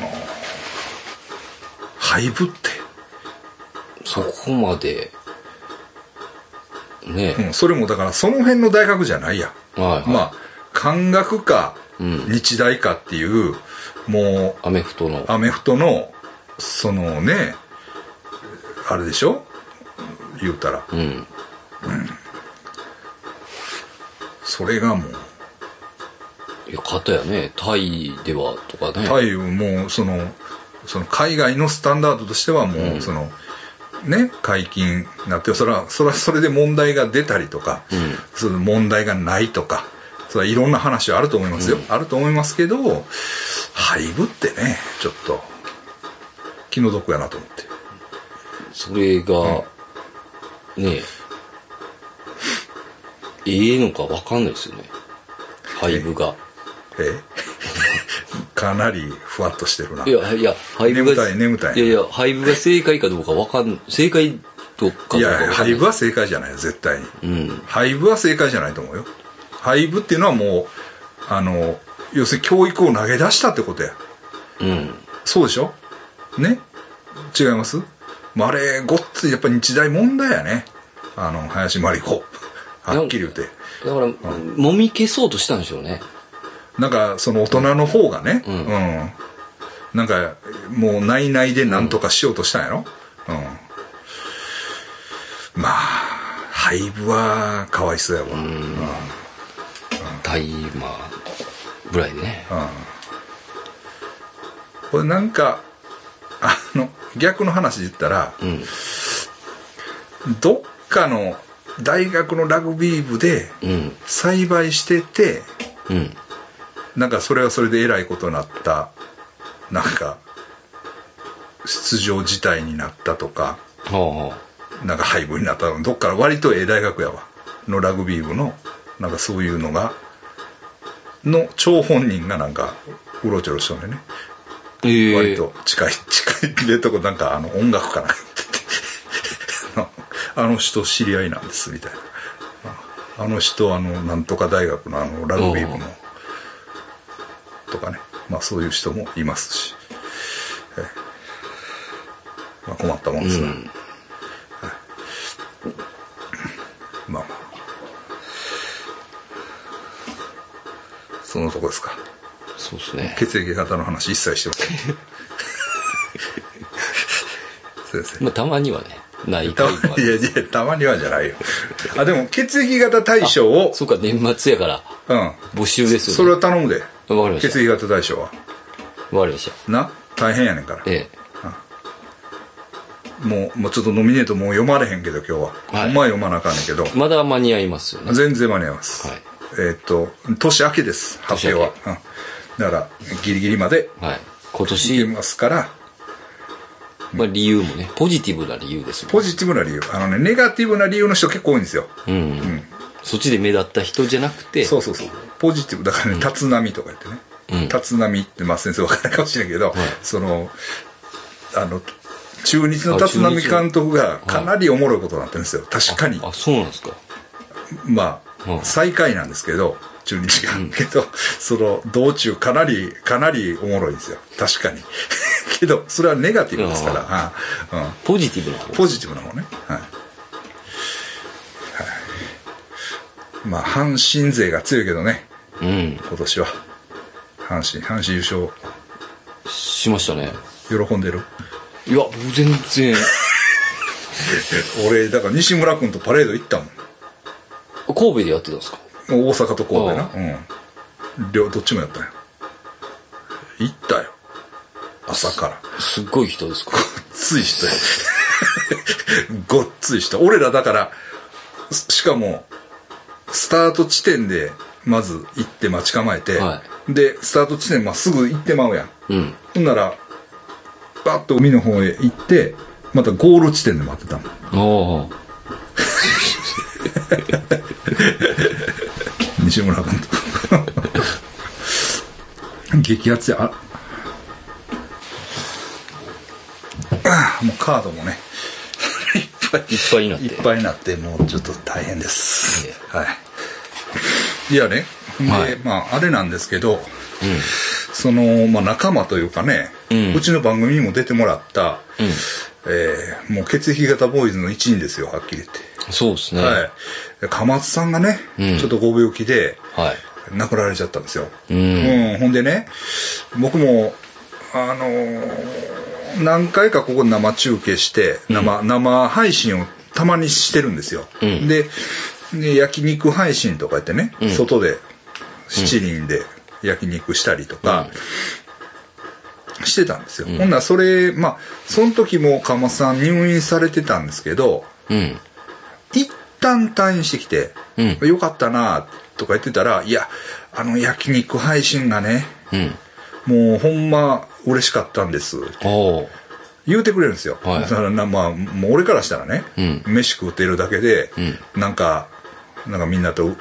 Speaker 1: 廃部って
Speaker 2: そこまで。ね
Speaker 1: うん、それもだからその辺の大学じゃないや。
Speaker 2: はいはい
Speaker 1: まあ、漢学か、
Speaker 2: うん
Speaker 1: 日大かっていう、もう、
Speaker 2: アメフトの。
Speaker 1: アメフトの、そのね、あれでしょ言うたら、
Speaker 2: うん。
Speaker 1: それがもう、
Speaker 2: いや、方やね。タイではとかね。
Speaker 1: タイもう、その、その海外のスタンダードとしてはもう、その、ね、解禁になって、それは、それはそれで問題が出たりとか、その問題がないとか、それはいろんな話はあると思いますよ。あると思いますけど、廃部ってね、ちょっと、気の毒やなと思って。
Speaker 2: それが、ねえ。ええのかわかんないですよね。廃部が。
Speaker 1: え かなりふわっとしてるな。
Speaker 2: いや、いや、廃部
Speaker 1: 眠
Speaker 2: が。
Speaker 1: たい、眠たい。
Speaker 2: いやいや、廃部が正解かどうかわかん、正解とかどうか
Speaker 1: い
Speaker 2: わかんな
Speaker 1: や
Speaker 2: い。
Speaker 1: 廃部は正解じゃないよ、絶対に。
Speaker 2: うん。
Speaker 1: 廃部は正解じゃないと思うよ廃部っていうのはもうあの要するに教育を投げ出したってことや
Speaker 2: うん。
Speaker 1: そうでしょね違いますまああれごっついやっぱり日大問題やねあの林真理子はっきり言うて
Speaker 2: だから、揉み消そうとしたんでしょうね。
Speaker 1: なんかその大人の方がねうんん、なんかもう内々で何とかしようとしたんやろうん、まあ廃部はかわいそうやわ、
Speaker 2: 大麻ぐらいでね。
Speaker 1: これなんかあの逆の話で言ったら、
Speaker 2: ん
Speaker 1: どっかの大学のラグビー部で
Speaker 2: うん。
Speaker 1: 栽培してて
Speaker 2: うん。
Speaker 1: なんかそれはそれでえらいことになったなんか出場自体になったとか
Speaker 2: はあ、はあ。
Speaker 1: なんか廃部になったどっから割とええ大学やわのラグビー部のなんかそういうのがの張本人がなんかうろちょろしとんでね
Speaker 2: ええ
Speaker 1: 割と近い、近いでとこなんかあの音楽か なって言ってあのあの人知り合いなんですみたいなああの人あのなんとか大学のあのラグビー部のとかねまあそういう人もいますし、ええまあ、困ったもんですが、はいまあまあそのとこですか
Speaker 2: そうですね。
Speaker 1: 血液型の話一切してま せん先
Speaker 2: まあ、たまにはね、ない
Speaker 1: 生た
Speaker 2: 回
Speaker 1: ま
Speaker 2: とか
Speaker 1: にいやいやたまにはじゃないよあでも血液型大賞を
Speaker 2: そうか、年末やか
Speaker 1: う
Speaker 2: ら、
Speaker 1: ん
Speaker 2: 募集ですよ、ね。
Speaker 1: それは頼むで
Speaker 2: わかりまし
Speaker 1: 血液型大賞は
Speaker 2: た。わかりました。
Speaker 1: な大変やねんから
Speaker 2: え
Speaker 1: もうもうちょっとノミネートもう読まれへんけど今日は、
Speaker 2: はい
Speaker 1: お前読まなあかんねんけど
Speaker 2: え。まだ間に合いますよね。
Speaker 1: 全然間に合います、
Speaker 2: はい
Speaker 1: えーっと年明けです発表は、うん、だからギリギリまで
Speaker 2: はい。今
Speaker 1: いけ
Speaker 2: 年、
Speaker 1: ますから
Speaker 2: まあ、理由もね、ポジティブな理由ですもん
Speaker 1: ポジティブな理由あのねネガティブな理由の人結構多いんですよ
Speaker 2: うん。そっちで目立った人じゃなくて、
Speaker 1: そうそうそう。ポジティブ。だからね、立浪とか言ってね。
Speaker 2: うん
Speaker 1: 立浪って、まあ先生わからないかもしれないけど、その、あの、中日の
Speaker 2: あ
Speaker 1: 立浪
Speaker 2: 中日
Speaker 1: 監督がかなりおもろいことになってるんですよ。確かに。
Speaker 2: あ、そうなんですか。
Speaker 1: ま
Speaker 2: うん
Speaker 1: あ、最下位なんですけど、中日が。けど、その、道中かなり、かなりおもろいんですよ。確かに。 けど、それはネガティブですから、はいうん
Speaker 2: ポジティブな方。
Speaker 1: ポジティブな方ね。はい。はいまあ、阪神勢が強いけどね。
Speaker 2: うん。
Speaker 1: 今年は阪神阪神優
Speaker 2: しましたね。
Speaker 1: 勝喜んでる
Speaker 2: いや、全然。
Speaker 1: 俺だから西村君とパレード行ったもん
Speaker 2: 神戸でやってたんですか
Speaker 1: 大阪と神戸
Speaker 2: あ
Speaker 1: なうん両どっちもやったんよ行ったよ朝から
Speaker 2: すっ ごい人ですか
Speaker 1: ついしてごっついした俺らだからしかも、スタート地点で、まず行って待ち構えて、
Speaker 2: は
Speaker 1: で、スタート地点、まあ、すぐ行ってまうやん。
Speaker 2: うん。
Speaker 1: ほんなら、バッと海の方へ行って、またゴール地点で待ってたの。
Speaker 2: おー
Speaker 1: 西村監督。 激アツや。あああ、もうカードもね、
Speaker 2: いっぱいになっ。
Speaker 1: いってぱいになって、もうちょっと大変です
Speaker 2: いえ。
Speaker 1: はい。いやね、で、
Speaker 2: はい
Speaker 1: まあ、あれなんですけど、その、まあ、仲間というかね、う
Speaker 2: うん
Speaker 1: ちの番組にも出てもらった、
Speaker 2: うん。
Speaker 1: えーもう血液型ボーイズの一員ですよ、はっきり言って。
Speaker 2: そうですね。
Speaker 1: はい。で鎌津さんがね、
Speaker 2: うん
Speaker 1: ちょっとご病気で、
Speaker 2: は
Speaker 1: 亡くなられちゃったんですよ。
Speaker 2: い。うん。
Speaker 1: うん、ほんでね、僕も、あのー何回かここ生中継して、生、生配信をたまにしてるんですよ。
Speaker 2: うん
Speaker 1: で、で焼肉配信とかやってね、
Speaker 2: ん
Speaker 1: 外で、七輪で焼肉したりとか、してたんですよ。ほんならそれ、まあ、その時も鎌さん入院されてたんですけど、
Speaker 2: うん。
Speaker 1: 一旦退院してきて、
Speaker 2: うん
Speaker 1: よかったなとか言ってたら、いや、あの焼肉配信がね、
Speaker 2: うん。
Speaker 1: もうほんま嬉しかったんです。
Speaker 2: おー
Speaker 1: 言うてくれるんですよ。
Speaker 2: はい
Speaker 1: だからなまあ、もう俺からしたらね、
Speaker 2: うん
Speaker 1: 飯食うてるだけで、
Speaker 2: う
Speaker 1: なんか、なんかみんなとう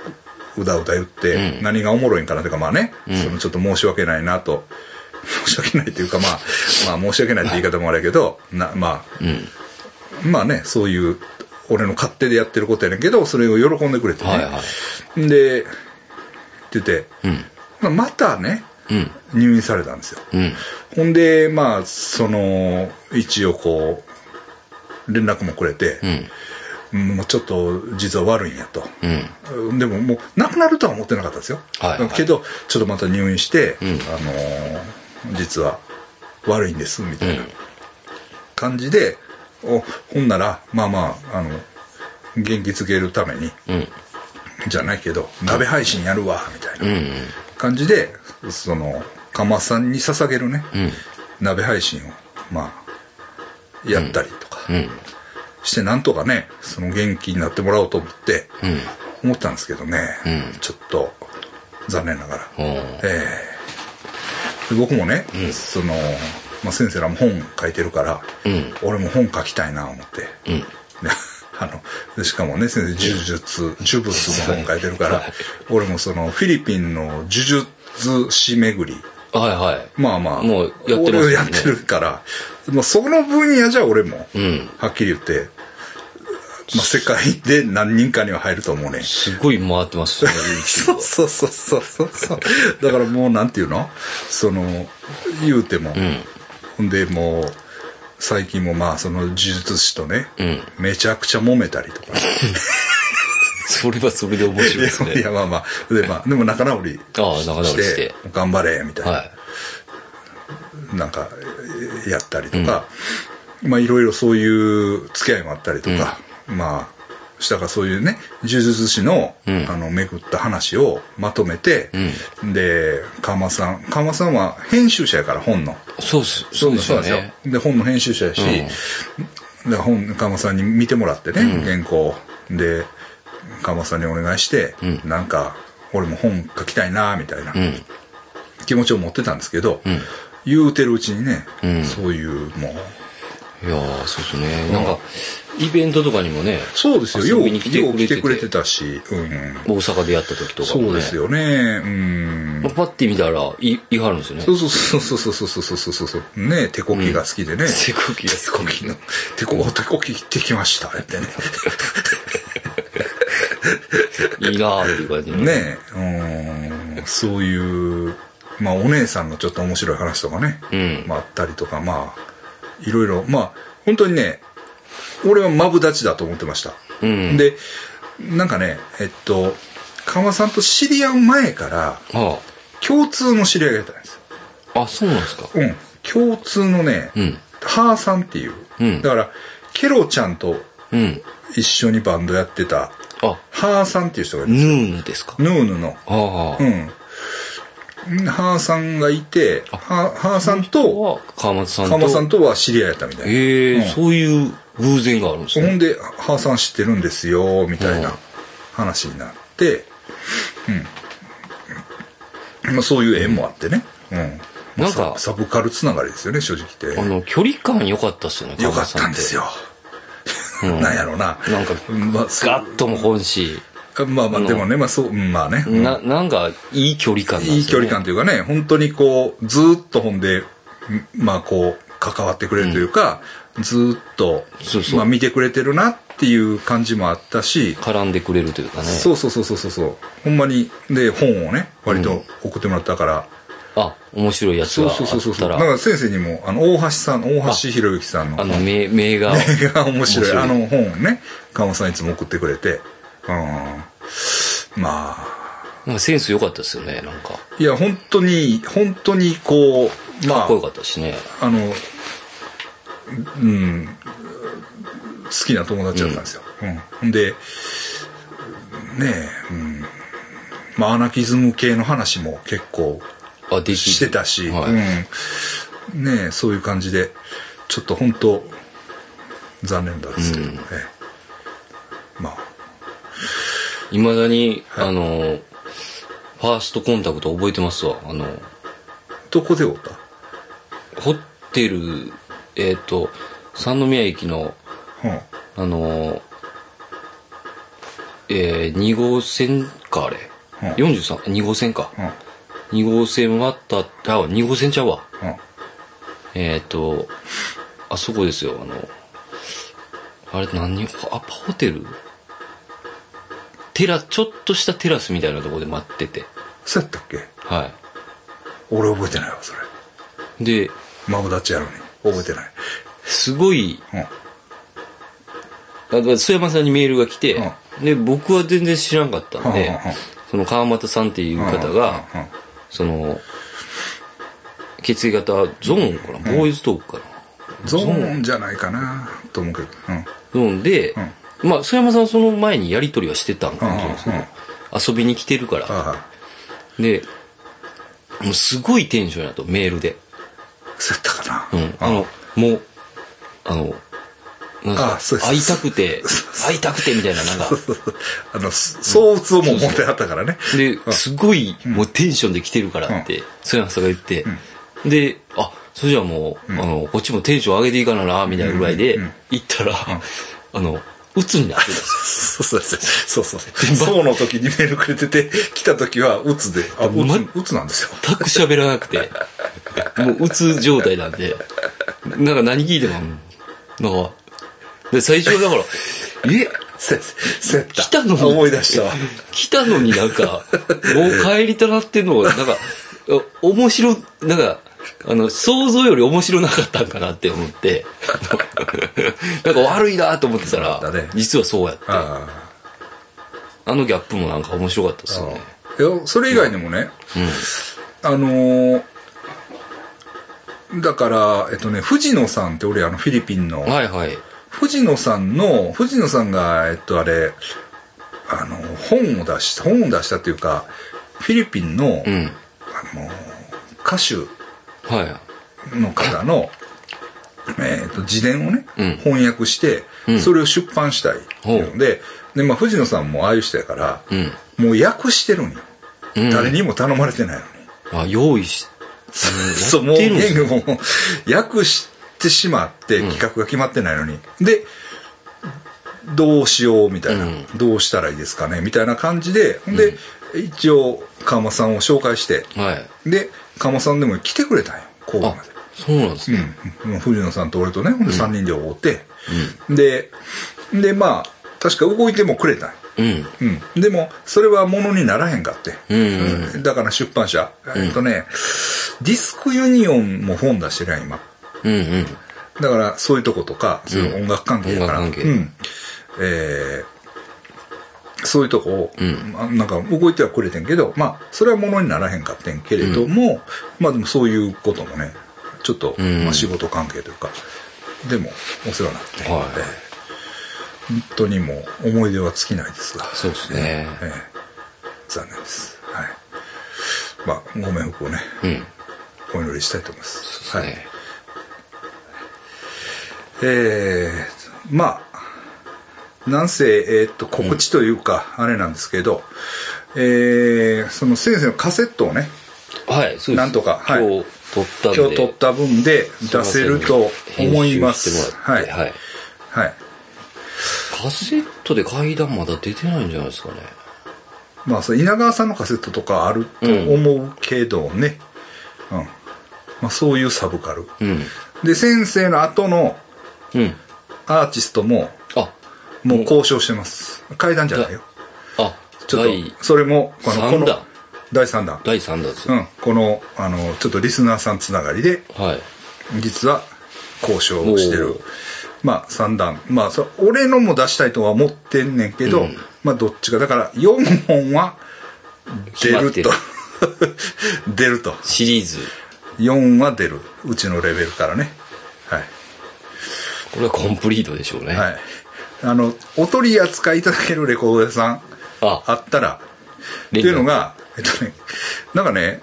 Speaker 1: うだうだ言って、
Speaker 2: うん
Speaker 1: 何がおもろいんかなというか、まあね、
Speaker 2: ん
Speaker 1: そのちょっと申し訳ないなと、 申し訳ないというか、まあ、まあ申し訳ないって言い方もあれやけど、なまあ、
Speaker 2: うん。
Speaker 1: まあね、そういう、俺の勝手でやってることやねんけど、それを喜んでくれてね。
Speaker 2: はいは
Speaker 1: で、って言って、
Speaker 2: い。うん。
Speaker 1: まあまたね、
Speaker 2: うん。
Speaker 1: 入院されたんですよ。
Speaker 2: うん。
Speaker 1: ほんで、まあ、その、一応こう、連絡もくれて
Speaker 2: う、ん。
Speaker 1: もうちょっと実は悪いんやと。
Speaker 2: うん。
Speaker 1: でももう、亡くなるとは思ってなかったですよ。
Speaker 2: はいはい
Speaker 1: けど、ちょっとまた入院して、あ
Speaker 2: ん
Speaker 1: のー実は悪いんです、みた
Speaker 2: う
Speaker 1: いな。
Speaker 2: ん。
Speaker 1: 感じで、おほんなら、まあまあ、あの、元気づけるために、
Speaker 2: うん。
Speaker 1: じゃないけど、鍋配信やるわ、みたいな
Speaker 2: うん。
Speaker 1: 感じで、その、かまさんに捧げるね、
Speaker 2: うん。
Speaker 1: 鍋配信を、まあ、やったりとか
Speaker 2: うん。
Speaker 1: して、なんとかね、その元気になってもらおうと思って、
Speaker 2: うん。
Speaker 1: 思ったんですけどね、
Speaker 2: うん
Speaker 1: ちょっと、残念ながら。
Speaker 2: おー
Speaker 1: ええで僕もね、その、まあ、先生らも本書いてるから、
Speaker 2: うん
Speaker 1: 俺も本書きたいな思って、
Speaker 2: うん。
Speaker 1: であのでしかもね先生呪術呪術の本書いてる から俺もそのフィリピンの呪術師巡り
Speaker 2: はいはい。
Speaker 1: まあまあ
Speaker 2: もうやってますよね
Speaker 1: 俺をやってるから、まあ、その分野じゃ俺も、
Speaker 2: うん。
Speaker 1: はっきり言って、まあ、世界で何人かには入ると思うね
Speaker 2: すごい回ってま すね、
Speaker 1: そうそうそうそうそうそうだからもうなんていうのその言うても、
Speaker 2: うん。
Speaker 1: ほんでもう最近もまあその呪術師とね、
Speaker 2: うん
Speaker 1: めちゃくちゃ揉めたりとか
Speaker 2: それはそれで面白いですね。
Speaker 1: いや、まあまあ。で、まあ、でも仲直り
Speaker 2: ああ、仲直り
Speaker 1: して、
Speaker 2: して。
Speaker 1: 頑張れ、みたいな、
Speaker 2: は
Speaker 1: なんか、えーやったりとか、まあ、いろいろそういう付き合いもあったりとか、まあ、したからそういうね、呪術師の、
Speaker 2: うん
Speaker 1: あの、巡った話をまとめて、
Speaker 2: う
Speaker 1: で、川間さん、川間さんは編集者やから、本の。
Speaker 2: い。そうっす。そうですよ
Speaker 1: なん
Speaker 2: ね。
Speaker 1: ですよ。で、本の編集者やし、で本、鎌さんに見てもらってね、原稿。で、鎌さんにお願いして、
Speaker 2: うん
Speaker 1: なんか、俺も本書きたいな、みたいな
Speaker 2: うん。
Speaker 1: 気持ちを持ってたんですけど、
Speaker 2: ん
Speaker 1: 言うてるうちにね、
Speaker 2: うん
Speaker 1: そういう、もう、
Speaker 2: いやー、そうですね。なんか、イベントとかにもね、
Speaker 1: そうですよ、
Speaker 2: 遊
Speaker 1: よう
Speaker 2: びに来て
Speaker 1: よう来てく
Speaker 2: く
Speaker 1: れ
Speaker 2: れ
Speaker 1: て
Speaker 2: てて
Speaker 1: たし、うん。
Speaker 2: 大阪でやった時とかもね。
Speaker 1: そうですよね、うん
Speaker 2: まあ。。パッて見たら、い、いはるんですよね
Speaker 1: そ。うそうそうそうそうそうそうそうそう。ね手こきが好きでね。
Speaker 2: 手こきが
Speaker 1: 手こきの、手こ、手こき行ってきました、ってね。
Speaker 2: いいなーっていう感じで。
Speaker 1: ねえ、うーん、そういう、まあお姉さんのちょっと面白い話とかね、
Speaker 2: うん
Speaker 1: まああったりとか、まあ、いろいろ、まあ、本当にね、俺はマブダチだと思ってました。
Speaker 2: うん。、
Speaker 1: で、なんかね、えっと、川さんと知り合う前から、
Speaker 2: あ
Speaker 1: 共通の知り合いがいたんですよ。
Speaker 2: あ。あ、そうなんですか。
Speaker 1: うん、共通のね、
Speaker 2: うん。
Speaker 1: ハーさんっていう、
Speaker 2: うん
Speaker 1: だから、ケロちゃんと
Speaker 2: うん。
Speaker 1: 一緒にバンドやってた、
Speaker 2: あ、
Speaker 1: ハーさんっていう人がいる。
Speaker 2: ヌーヌですか。
Speaker 1: ヌーヌの、
Speaker 2: ああ
Speaker 1: う。ん。ハーさんがいて、ハーハーさんと、
Speaker 2: は川松さんと。
Speaker 1: カマさんとは知り合いやったみたいな。
Speaker 2: へえ、
Speaker 1: うん
Speaker 2: そういう偶然があるんですね。
Speaker 1: ほんで、ハーさん知ってるんですよ、みたいな話になって、うん。まあ、そういう縁もあってね。うん。まあ
Speaker 2: なんか
Speaker 1: ササブカルつながりですよね、正直言って
Speaker 2: あ。の、距離感良かったっすよね、
Speaker 1: よか
Speaker 2: 川松
Speaker 1: っ
Speaker 2: さん
Speaker 1: たんですよ。
Speaker 2: うん
Speaker 1: なんやろうな。
Speaker 2: なんか
Speaker 1: まあ、そう
Speaker 2: ガッとも本し、
Speaker 1: まあまあ、でもね、まあそう、うんまあね。うん
Speaker 2: な、なんか、いい距離感なん
Speaker 1: い
Speaker 2: で
Speaker 1: い
Speaker 2: すよ、
Speaker 1: 距
Speaker 2: ね。
Speaker 1: 離感というかね、本当にこう、ずーっとほんで、んまあこう、関わってくれるというか、ずーっと
Speaker 2: そうそう
Speaker 1: まあ見てくれてるなっていう感じもあったし、
Speaker 2: 絡んでくれるというかね。
Speaker 1: そうそうそうそうそうそう、ほんまに、で、本をね、割
Speaker 2: う
Speaker 1: と送ってもらったから、
Speaker 2: あ、面白いやつ
Speaker 1: そ
Speaker 2: が
Speaker 1: う
Speaker 2: あ
Speaker 1: そうそうそう、
Speaker 2: っ
Speaker 1: そ
Speaker 2: た、
Speaker 1: うだからら先生にも、あの、大橋さん、大橋博之さんの
Speaker 2: あ、の、名、名が、
Speaker 1: が 面白い。
Speaker 2: 面白い
Speaker 1: あの本をね、川本さんいつも送ってくれて、うん、まあ、
Speaker 2: なんかセンス良かったですよね、なんか。
Speaker 1: いや、本当に、本当にこう、ま
Speaker 2: か
Speaker 1: あ
Speaker 2: っこ、よかったしね。
Speaker 1: あの、うん、好きな友達だったんですよ。うん。で、ねえ、うん。まあ、アナキズム系の話も結構
Speaker 2: あ、でき
Speaker 1: してたし、
Speaker 2: はい
Speaker 1: うん。ねえ、そういう感じで、ちょっと本当、残念だですけど、
Speaker 2: うん
Speaker 1: ね。まあ、
Speaker 2: いまだに、あの、ファーストコンタクト覚えてますわ。あの、
Speaker 1: どこでおった
Speaker 2: ホテル、えっ、と、三宮駅の、
Speaker 1: うん。
Speaker 2: あの、えー、2号線か、あれ。
Speaker 1: うん
Speaker 2: 43、2号線か。
Speaker 1: うん。
Speaker 2: 2号線渡った、あ、2号線ちゃうわ。
Speaker 1: うん。
Speaker 2: えっ、と、あそこですよ、あの、あれ何アパホテルテラ、ちょっとしたテラスみたいなところで待ってて。
Speaker 1: そうやったっけ
Speaker 2: は
Speaker 1: 俺覚えてないわ、それ。
Speaker 2: い。で、
Speaker 1: 孫立ちやのに。覚えてない。
Speaker 2: すごい、
Speaker 1: うん。
Speaker 2: あの須山さんにメールが来て、で、僕は全然知らんかったんで、
Speaker 1: うんうんうん
Speaker 2: その川俣さんっていう方が、
Speaker 1: うんうん
Speaker 2: その、血液型ゾーンかな、ボーイズトークかな、
Speaker 1: ゾーンじゃないかなと思うけど。うん。
Speaker 2: ゾーンで、まあ、須山さんはその前にやりとりはしてたんかもしれないですね。遊びに来てるから。
Speaker 1: あ
Speaker 2: で、もうすごいテンションやと、メールで。
Speaker 1: あ、そうやったか
Speaker 2: う
Speaker 1: な。
Speaker 2: ん。あの、もう、あの、なん
Speaker 1: あ
Speaker 2: です
Speaker 1: そう
Speaker 2: か、
Speaker 1: です
Speaker 2: 会いたくて、会いたくてみたいな、なんか、
Speaker 1: あの、す相打つをもう持ってはったからね。
Speaker 2: で、すごい、もうテンションで来てるからって、そういうさんが言って、で、あ、それじゃあもう、あの、こっちもテンション上げていいかなな、みたいなぐらいで、行ったら、あの、鬱になってたんですよ。
Speaker 1: そうそうそう。そうそう。そうの時にメールくれてて、来た時は打つで。あ、打つ、打つなんですよ。
Speaker 2: 全く喋らなくて、もう鬱状態なんで、なんか何聞いても、うんなんか、で最初はだから、え、
Speaker 1: そうやそうやった。
Speaker 2: 来たのに、
Speaker 1: 思い出したわ。
Speaker 2: 来たのになんか、もう帰りたなってんのが、なんか、お面白、なんか、あの、想像より面白なかったんかなって思って、なんか悪いなと思ってたら
Speaker 1: そうだね、
Speaker 2: 実はそうやって、あ
Speaker 1: あ
Speaker 2: のギャップもなんか面白かったですよね。
Speaker 1: あ。いや、それ以外にもね、あのー、だから、えっとね、藤野さんって俺あのフィリピンの、
Speaker 2: はいはい。
Speaker 1: 藤野さんの藤野さんがえっとあれあの本を出した本を出したというかフィリピンの,、
Speaker 2: うん。
Speaker 1: あの歌手
Speaker 2: は
Speaker 1: の方の、えっと自伝をね、
Speaker 2: うん
Speaker 1: 翻訳して、
Speaker 2: ん
Speaker 1: それを出版したいっていうのでで、まあ、藤野さんもああいう人やから、
Speaker 2: い。うん。
Speaker 1: もう訳してるんよ、
Speaker 2: うん
Speaker 1: 誰にも頼まれてないのに、
Speaker 2: あ、用意し、
Speaker 1: そうもう
Speaker 2: やってるんです
Speaker 1: 言語も訳してしまって企画が決まってないのに、でどうしようみたいな、
Speaker 2: うん
Speaker 1: どうしたらいいですかねみたいな感じでで、一応川間さんを紹介して
Speaker 2: はい。
Speaker 1: で川間さんでも来てくれたんよ神戸ま
Speaker 2: あ、そうなんです
Speaker 1: で
Speaker 2: ね。、
Speaker 1: うんうん、藤野さんと俺とねほんで3人で会うて、ででまあ確か動いてもくれたんよ
Speaker 2: うん。
Speaker 1: うん、でもそれはものにならへんかって、
Speaker 2: うん
Speaker 1: うんだから出版社、えっとねディスクユニオンも本出してるやん今
Speaker 2: うんうん。
Speaker 1: だからそういうとことか、そういう音楽関係だから、
Speaker 2: 音楽関係
Speaker 1: うんえーそういうとこを、
Speaker 2: ん
Speaker 1: まあなんか動いてはくれてんけどまあそれはものにならへんかってんけれども、まあでもそういうこともねちょっと、
Speaker 2: ん
Speaker 1: まあ、仕事関係というかでもお世話になって、
Speaker 2: はい
Speaker 1: えー本当にもう思い出は尽きないですが
Speaker 2: そうですね。
Speaker 1: ええ残念です。はい。まあ、ご冥福をね、
Speaker 2: うん。
Speaker 1: お祈りしたいと思います。
Speaker 2: そう
Speaker 1: は
Speaker 2: で
Speaker 1: い
Speaker 2: すね。。
Speaker 1: えー、まあ、なんせ、えーっと、告知というか、あれなんですけど、えー、その先生のカセットをね、
Speaker 2: はい、そうです。
Speaker 1: なんとかはい
Speaker 2: 今日撮ったんで。
Speaker 1: 今日撮った分で出せると思います。
Speaker 2: は。
Speaker 1: はいい。
Speaker 2: はい。
Speaker 1: はい。
Speaker 2: カセットで階段まだ出てないんじゃないですかね。
Speaker 1: まあ、そう稲川さんのカセットとかあると思うけどね。うん。まあ、そういうサブカル。
Speaker 2: うん。
Speaker 1: で、先生の後の
Speaker 2: うん。
Speaker 1: アーティストも、
Speaker 2: あ、
Speaker 1: もう交渉してます。階段じゃないよ。
Speaker 2: あ、
Speaker 1: ちょっ
Speaker 2: 第
Speaker 1: と、それも、この、こ
Speaker 2: 三
Speaker 1: の
Speaker 2: 弾。
Speaker 1: 第3弾。
Speaker 2: 第3弾です
Speaker 1: う
Speaker 2: よ。
Speaker 1: ん。この、あの、ちょっとリスナーさんつながりで、
Speaker 2: はい。
Speaker 1: 実は交渉をして
Speaker 2: お
Speaker 1: る
Speaker 2: ー。
Speaker 1: まあ3段。まあそ俺のも出したいとは思ってんねんけど、
Speaker 2: うん
Speaker 1: まあどっちか。だから4本は出
Speaker 2: 決まっ
Speaker 1: る
Speaker 2: て
Speaker 1: と
Speaker 2: る。
Speaker 1: 出ると。
Speaker 2: シリーズ。
Speaker 1: 4は出る。うちのレベルからね。はい。
Speaker 2: これはコンプリートでしょうね。
Speaker 1: はい。あの、お取り扱いいただけるレコード屋さん
Speaker 2: あ
Speaker 1: あったら、って
Speaker 2: 連絡
Speaker 1: いうのが、えっとね、なんかね、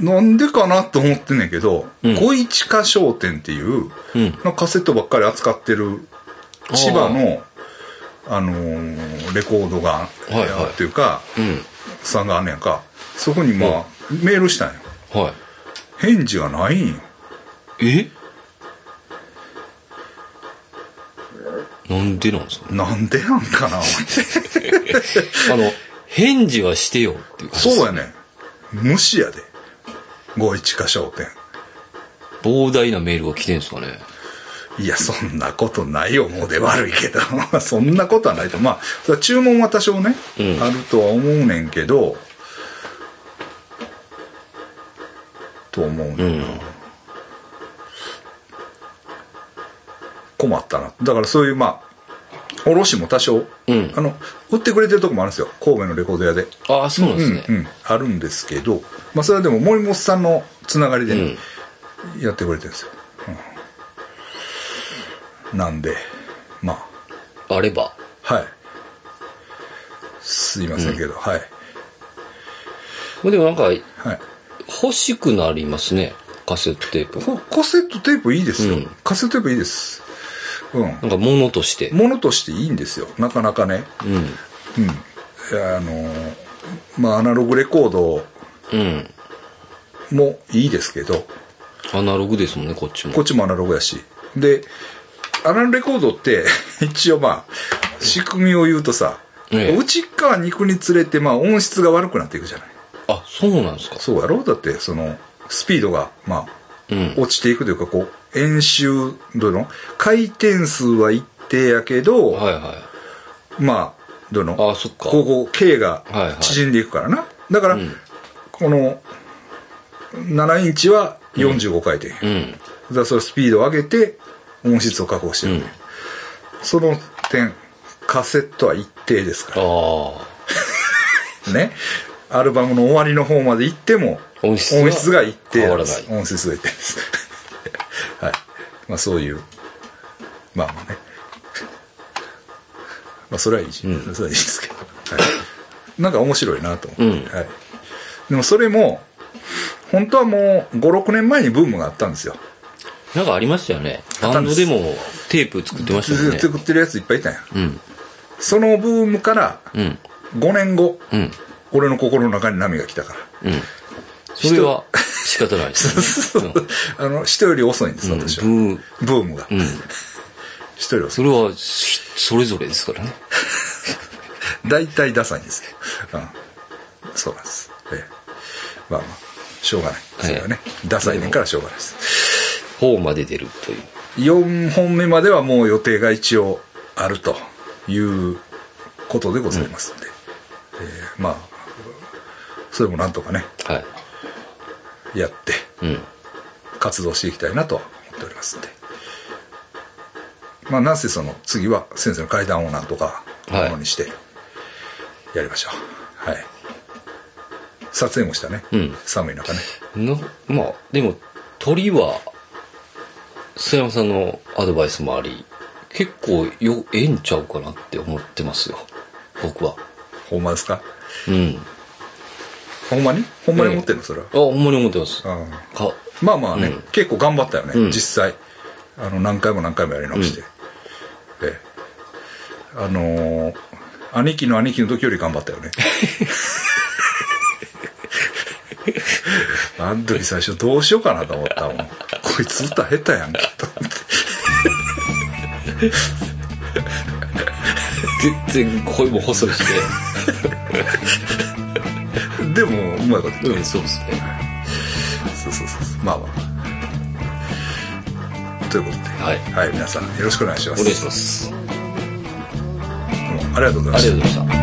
Speaker 1: ななんでかなと思ってんねんけど、
Speaker 2: うん
Speaker 1: 五一華商店っていう、
Speaker 2: うん
Speaker 1: のカセットばっかり扱ってる
Speaker 2: あー
Speaker 1: 千葉の、あのーレコードが、
Speaker 2: いはい
Speaker 1: っていうか、
Speaker 2: うん。
Speaker 1: さんがあんねやんか、そこにまあ、メールしたんよ。
Speaker 2: は
Speaker 1: 返事がないんよ。
Speaker 2: い。えなんでなんですかね
Speaker 1: なんでなんかな
Speaker 2: あの、返事はしてよっていう感
Speaker 1: そ
Speaker 2: じ
Speaker 1: う
Speaker 2: です。
Speaker 1: やね。無視やで。五一華商店。
Speaker 2: 膨大なメールが来てんですかね。
Speaker 1: いや、そんなことないよ、もうで悪いけど。 そんなことはないと。まあ、それは注文は多少ね、
Speaker 2: うん
Speaker 1: あるとは思うねんけど、と思うねんな、
Speaker 2: うん
Speaker 1: 困ったな。だからそういう、まあ、卸も多少、
Speaker 2: うん
Speaker 1: あの、売ってくれてるとこもあるんですよ。神戸のレコード屋で。
Speaker 2: ああ、そうなんですね。
Speaker 1: うんうん、あるんですけど、まあ、それはでも森本さんのつながりでね、やってくれてるんですよ、うんなんでまあ
Speaker 2: あれば。
Speaker 1: はいすいませんけど、はい
Speaker 2: でもなんか、
Speaker 1: はい
Speaker 2: 欲しくなりますね。カセットテープ。
Speaker 1: こカセットテープいいですよ、
Speaker 2: うん
Speaker 1: カセットテープいいですうん
Speaker 2: なんか物として。
Speaker 1: ものとしていいんですよなかなかね
Speaker 2: うん。
Speaker 1: うんいやあのーまあアナログレコード
Speaker 2: うん。
Speaker 1: もいいですけど
Speaker 2: アナログですもんね、こっちも。
Speaker 1: こっちもアナログやし。で、アナログレコードって、 一応まあ、仕組みを言うとさ、
Speaker 2: ええ
Speaker 1: 内側に行くにつれて、まあ音質が悪くなっていくじゃない。
Speaker 2: あ、そうなんですか。
Speaker 1: そうやろだって、その、スピードが、まあ、
Speaker 2: うん。
Speaker 1: 落ちていくというか、こう、円周、どういうの回転数は一定やけど、
Speaker 2: はいはい。
Speaker 1: まあ、どういうの
Speaker 2: あ、そっか。
Speaker 1: こう、こう、径が
Speaker 2: はいはい
Speaker 1: 縮んでいくからな。だから、
Speaker 2: うん
Speaker 1: この、7インチは45回転。
Speaker 2: うん。
Speaker 1: だからそれスピードを上げて音質を確保してる、ねその点カセットは一定ですか
Speaker 2: ああ。
Speaker 1: らねアルバムの終わりの方まで行っても
Speaker 2: 音質
Speaker 1: が
Speaker 2: は
Speaker 1: 一定なんで
Speaker 2: 変わ
Speaker 1: す
Speaker 2: ら
Speaker 1: 音質が一定です はいまあそういうまあまあねまあそれはいいし、
Speaker 2: う
Speaker 1: それはいいですけど、はい、なんか面白いなと思って、
Speaker 2: うん
Speaker 1: はい、でもそれも本当はもう56年前にブームがあったんですよ
Speaker 2: なんかありましたよね。
Speaker 1: あっ
Speaker 2: バ
Speaker 1: た
Speaker 2: ン
Speaker 1: んで
Speaker 2: ド
Speaker 1: す
Speaker 2: でもテープ作ってました
Speaker 1: ず
Speaker 2: よ
Speaker 1: っ
Speaker 2: ね
Speaker 1: と。作ってるやついっぱいいたんや
Speaker 2: うん。
Speaker 1: そのブームから
Speaker 2: うん。
Speaker 1: 5年後、
Speaker 2: うん。
Speaker 1: 俺の心の中に波が来たから。
Speaker 2: うん。それは仕方ない ですね。うん
Speaker 1: あの、人より遅いんです、
Speaker 2: うん
Speaker 1: 私は。
Speaker 2: ブー
Speaker 1: ブームが。
Speaker 2: うん。
Speaker 1: 人より遅
Speaker 2: そ
Speaker 1: い。
Speaker 2: れは、しそれぞれですからね。
Speaker 1: 大体ダサいんですよ。うん。そうなんです。ええ。まあまあ、しょうがない。それはね。ダサいねんからしょうがないです。
Speaker 2: 方まで出るという。
Speaker 1: 4本目まではもう予定が一応あるということでございますんで。ええまあ、それもなんとかね、
Speaker 2: はい。
Speaker 1: やって。
Speaker 2: うん。
Speaker 1: 活動していきたいなとは思っておりますんで。まあ、なんせその次は先生の階段をなんとかも
Speaker 2: はい
Speaker 1: のにしてやりましょう。はい。撮影もしたね。
Speaker 2: うん
Speaker 1: 寒い中ね。
Speaker 2: なまあでも鳥は須山さんのアドバイスもあり結構よええんちゃうかなって思ってますよ僕は
Speaker 1: ほんまですか
Speaker 2: うん
Speaker 1: ほんまにほんまに思ってんのそれは
Speaker 2: あ、ほんまに思ってます。
Speaker 1: あ
Speaker 2: か
Speaker 1: ーまあまあね、結構頑張ったよね、
Speaker 2: うん
Speaker 1: 実際あの何回も何回もやり直して、ええあのー兄貴の兄貴の時より頑張ったよ ねあん時最初どうしようかなと思ったもんこいつ歌下手やんけと思って
Speaker 2: 全然声も細いし
Speaker 1: でもうまいこと言った
Speaker 2: ね。うん、そうですね。
Speaker 1: そうそうそうそうまあまあということでは
Speaker 2: はい
Speaker 1: 皆さんよろしくお願いしま
Speaker 2: お
Speaker 1: す
Speaker 2: 願いします。
Speaker 1: どうもありがとうござい
Speaker 2: あ
Speaker 1: まし
Speaker 2: り
Speaker 1: た
Speaker 2: がとうございました。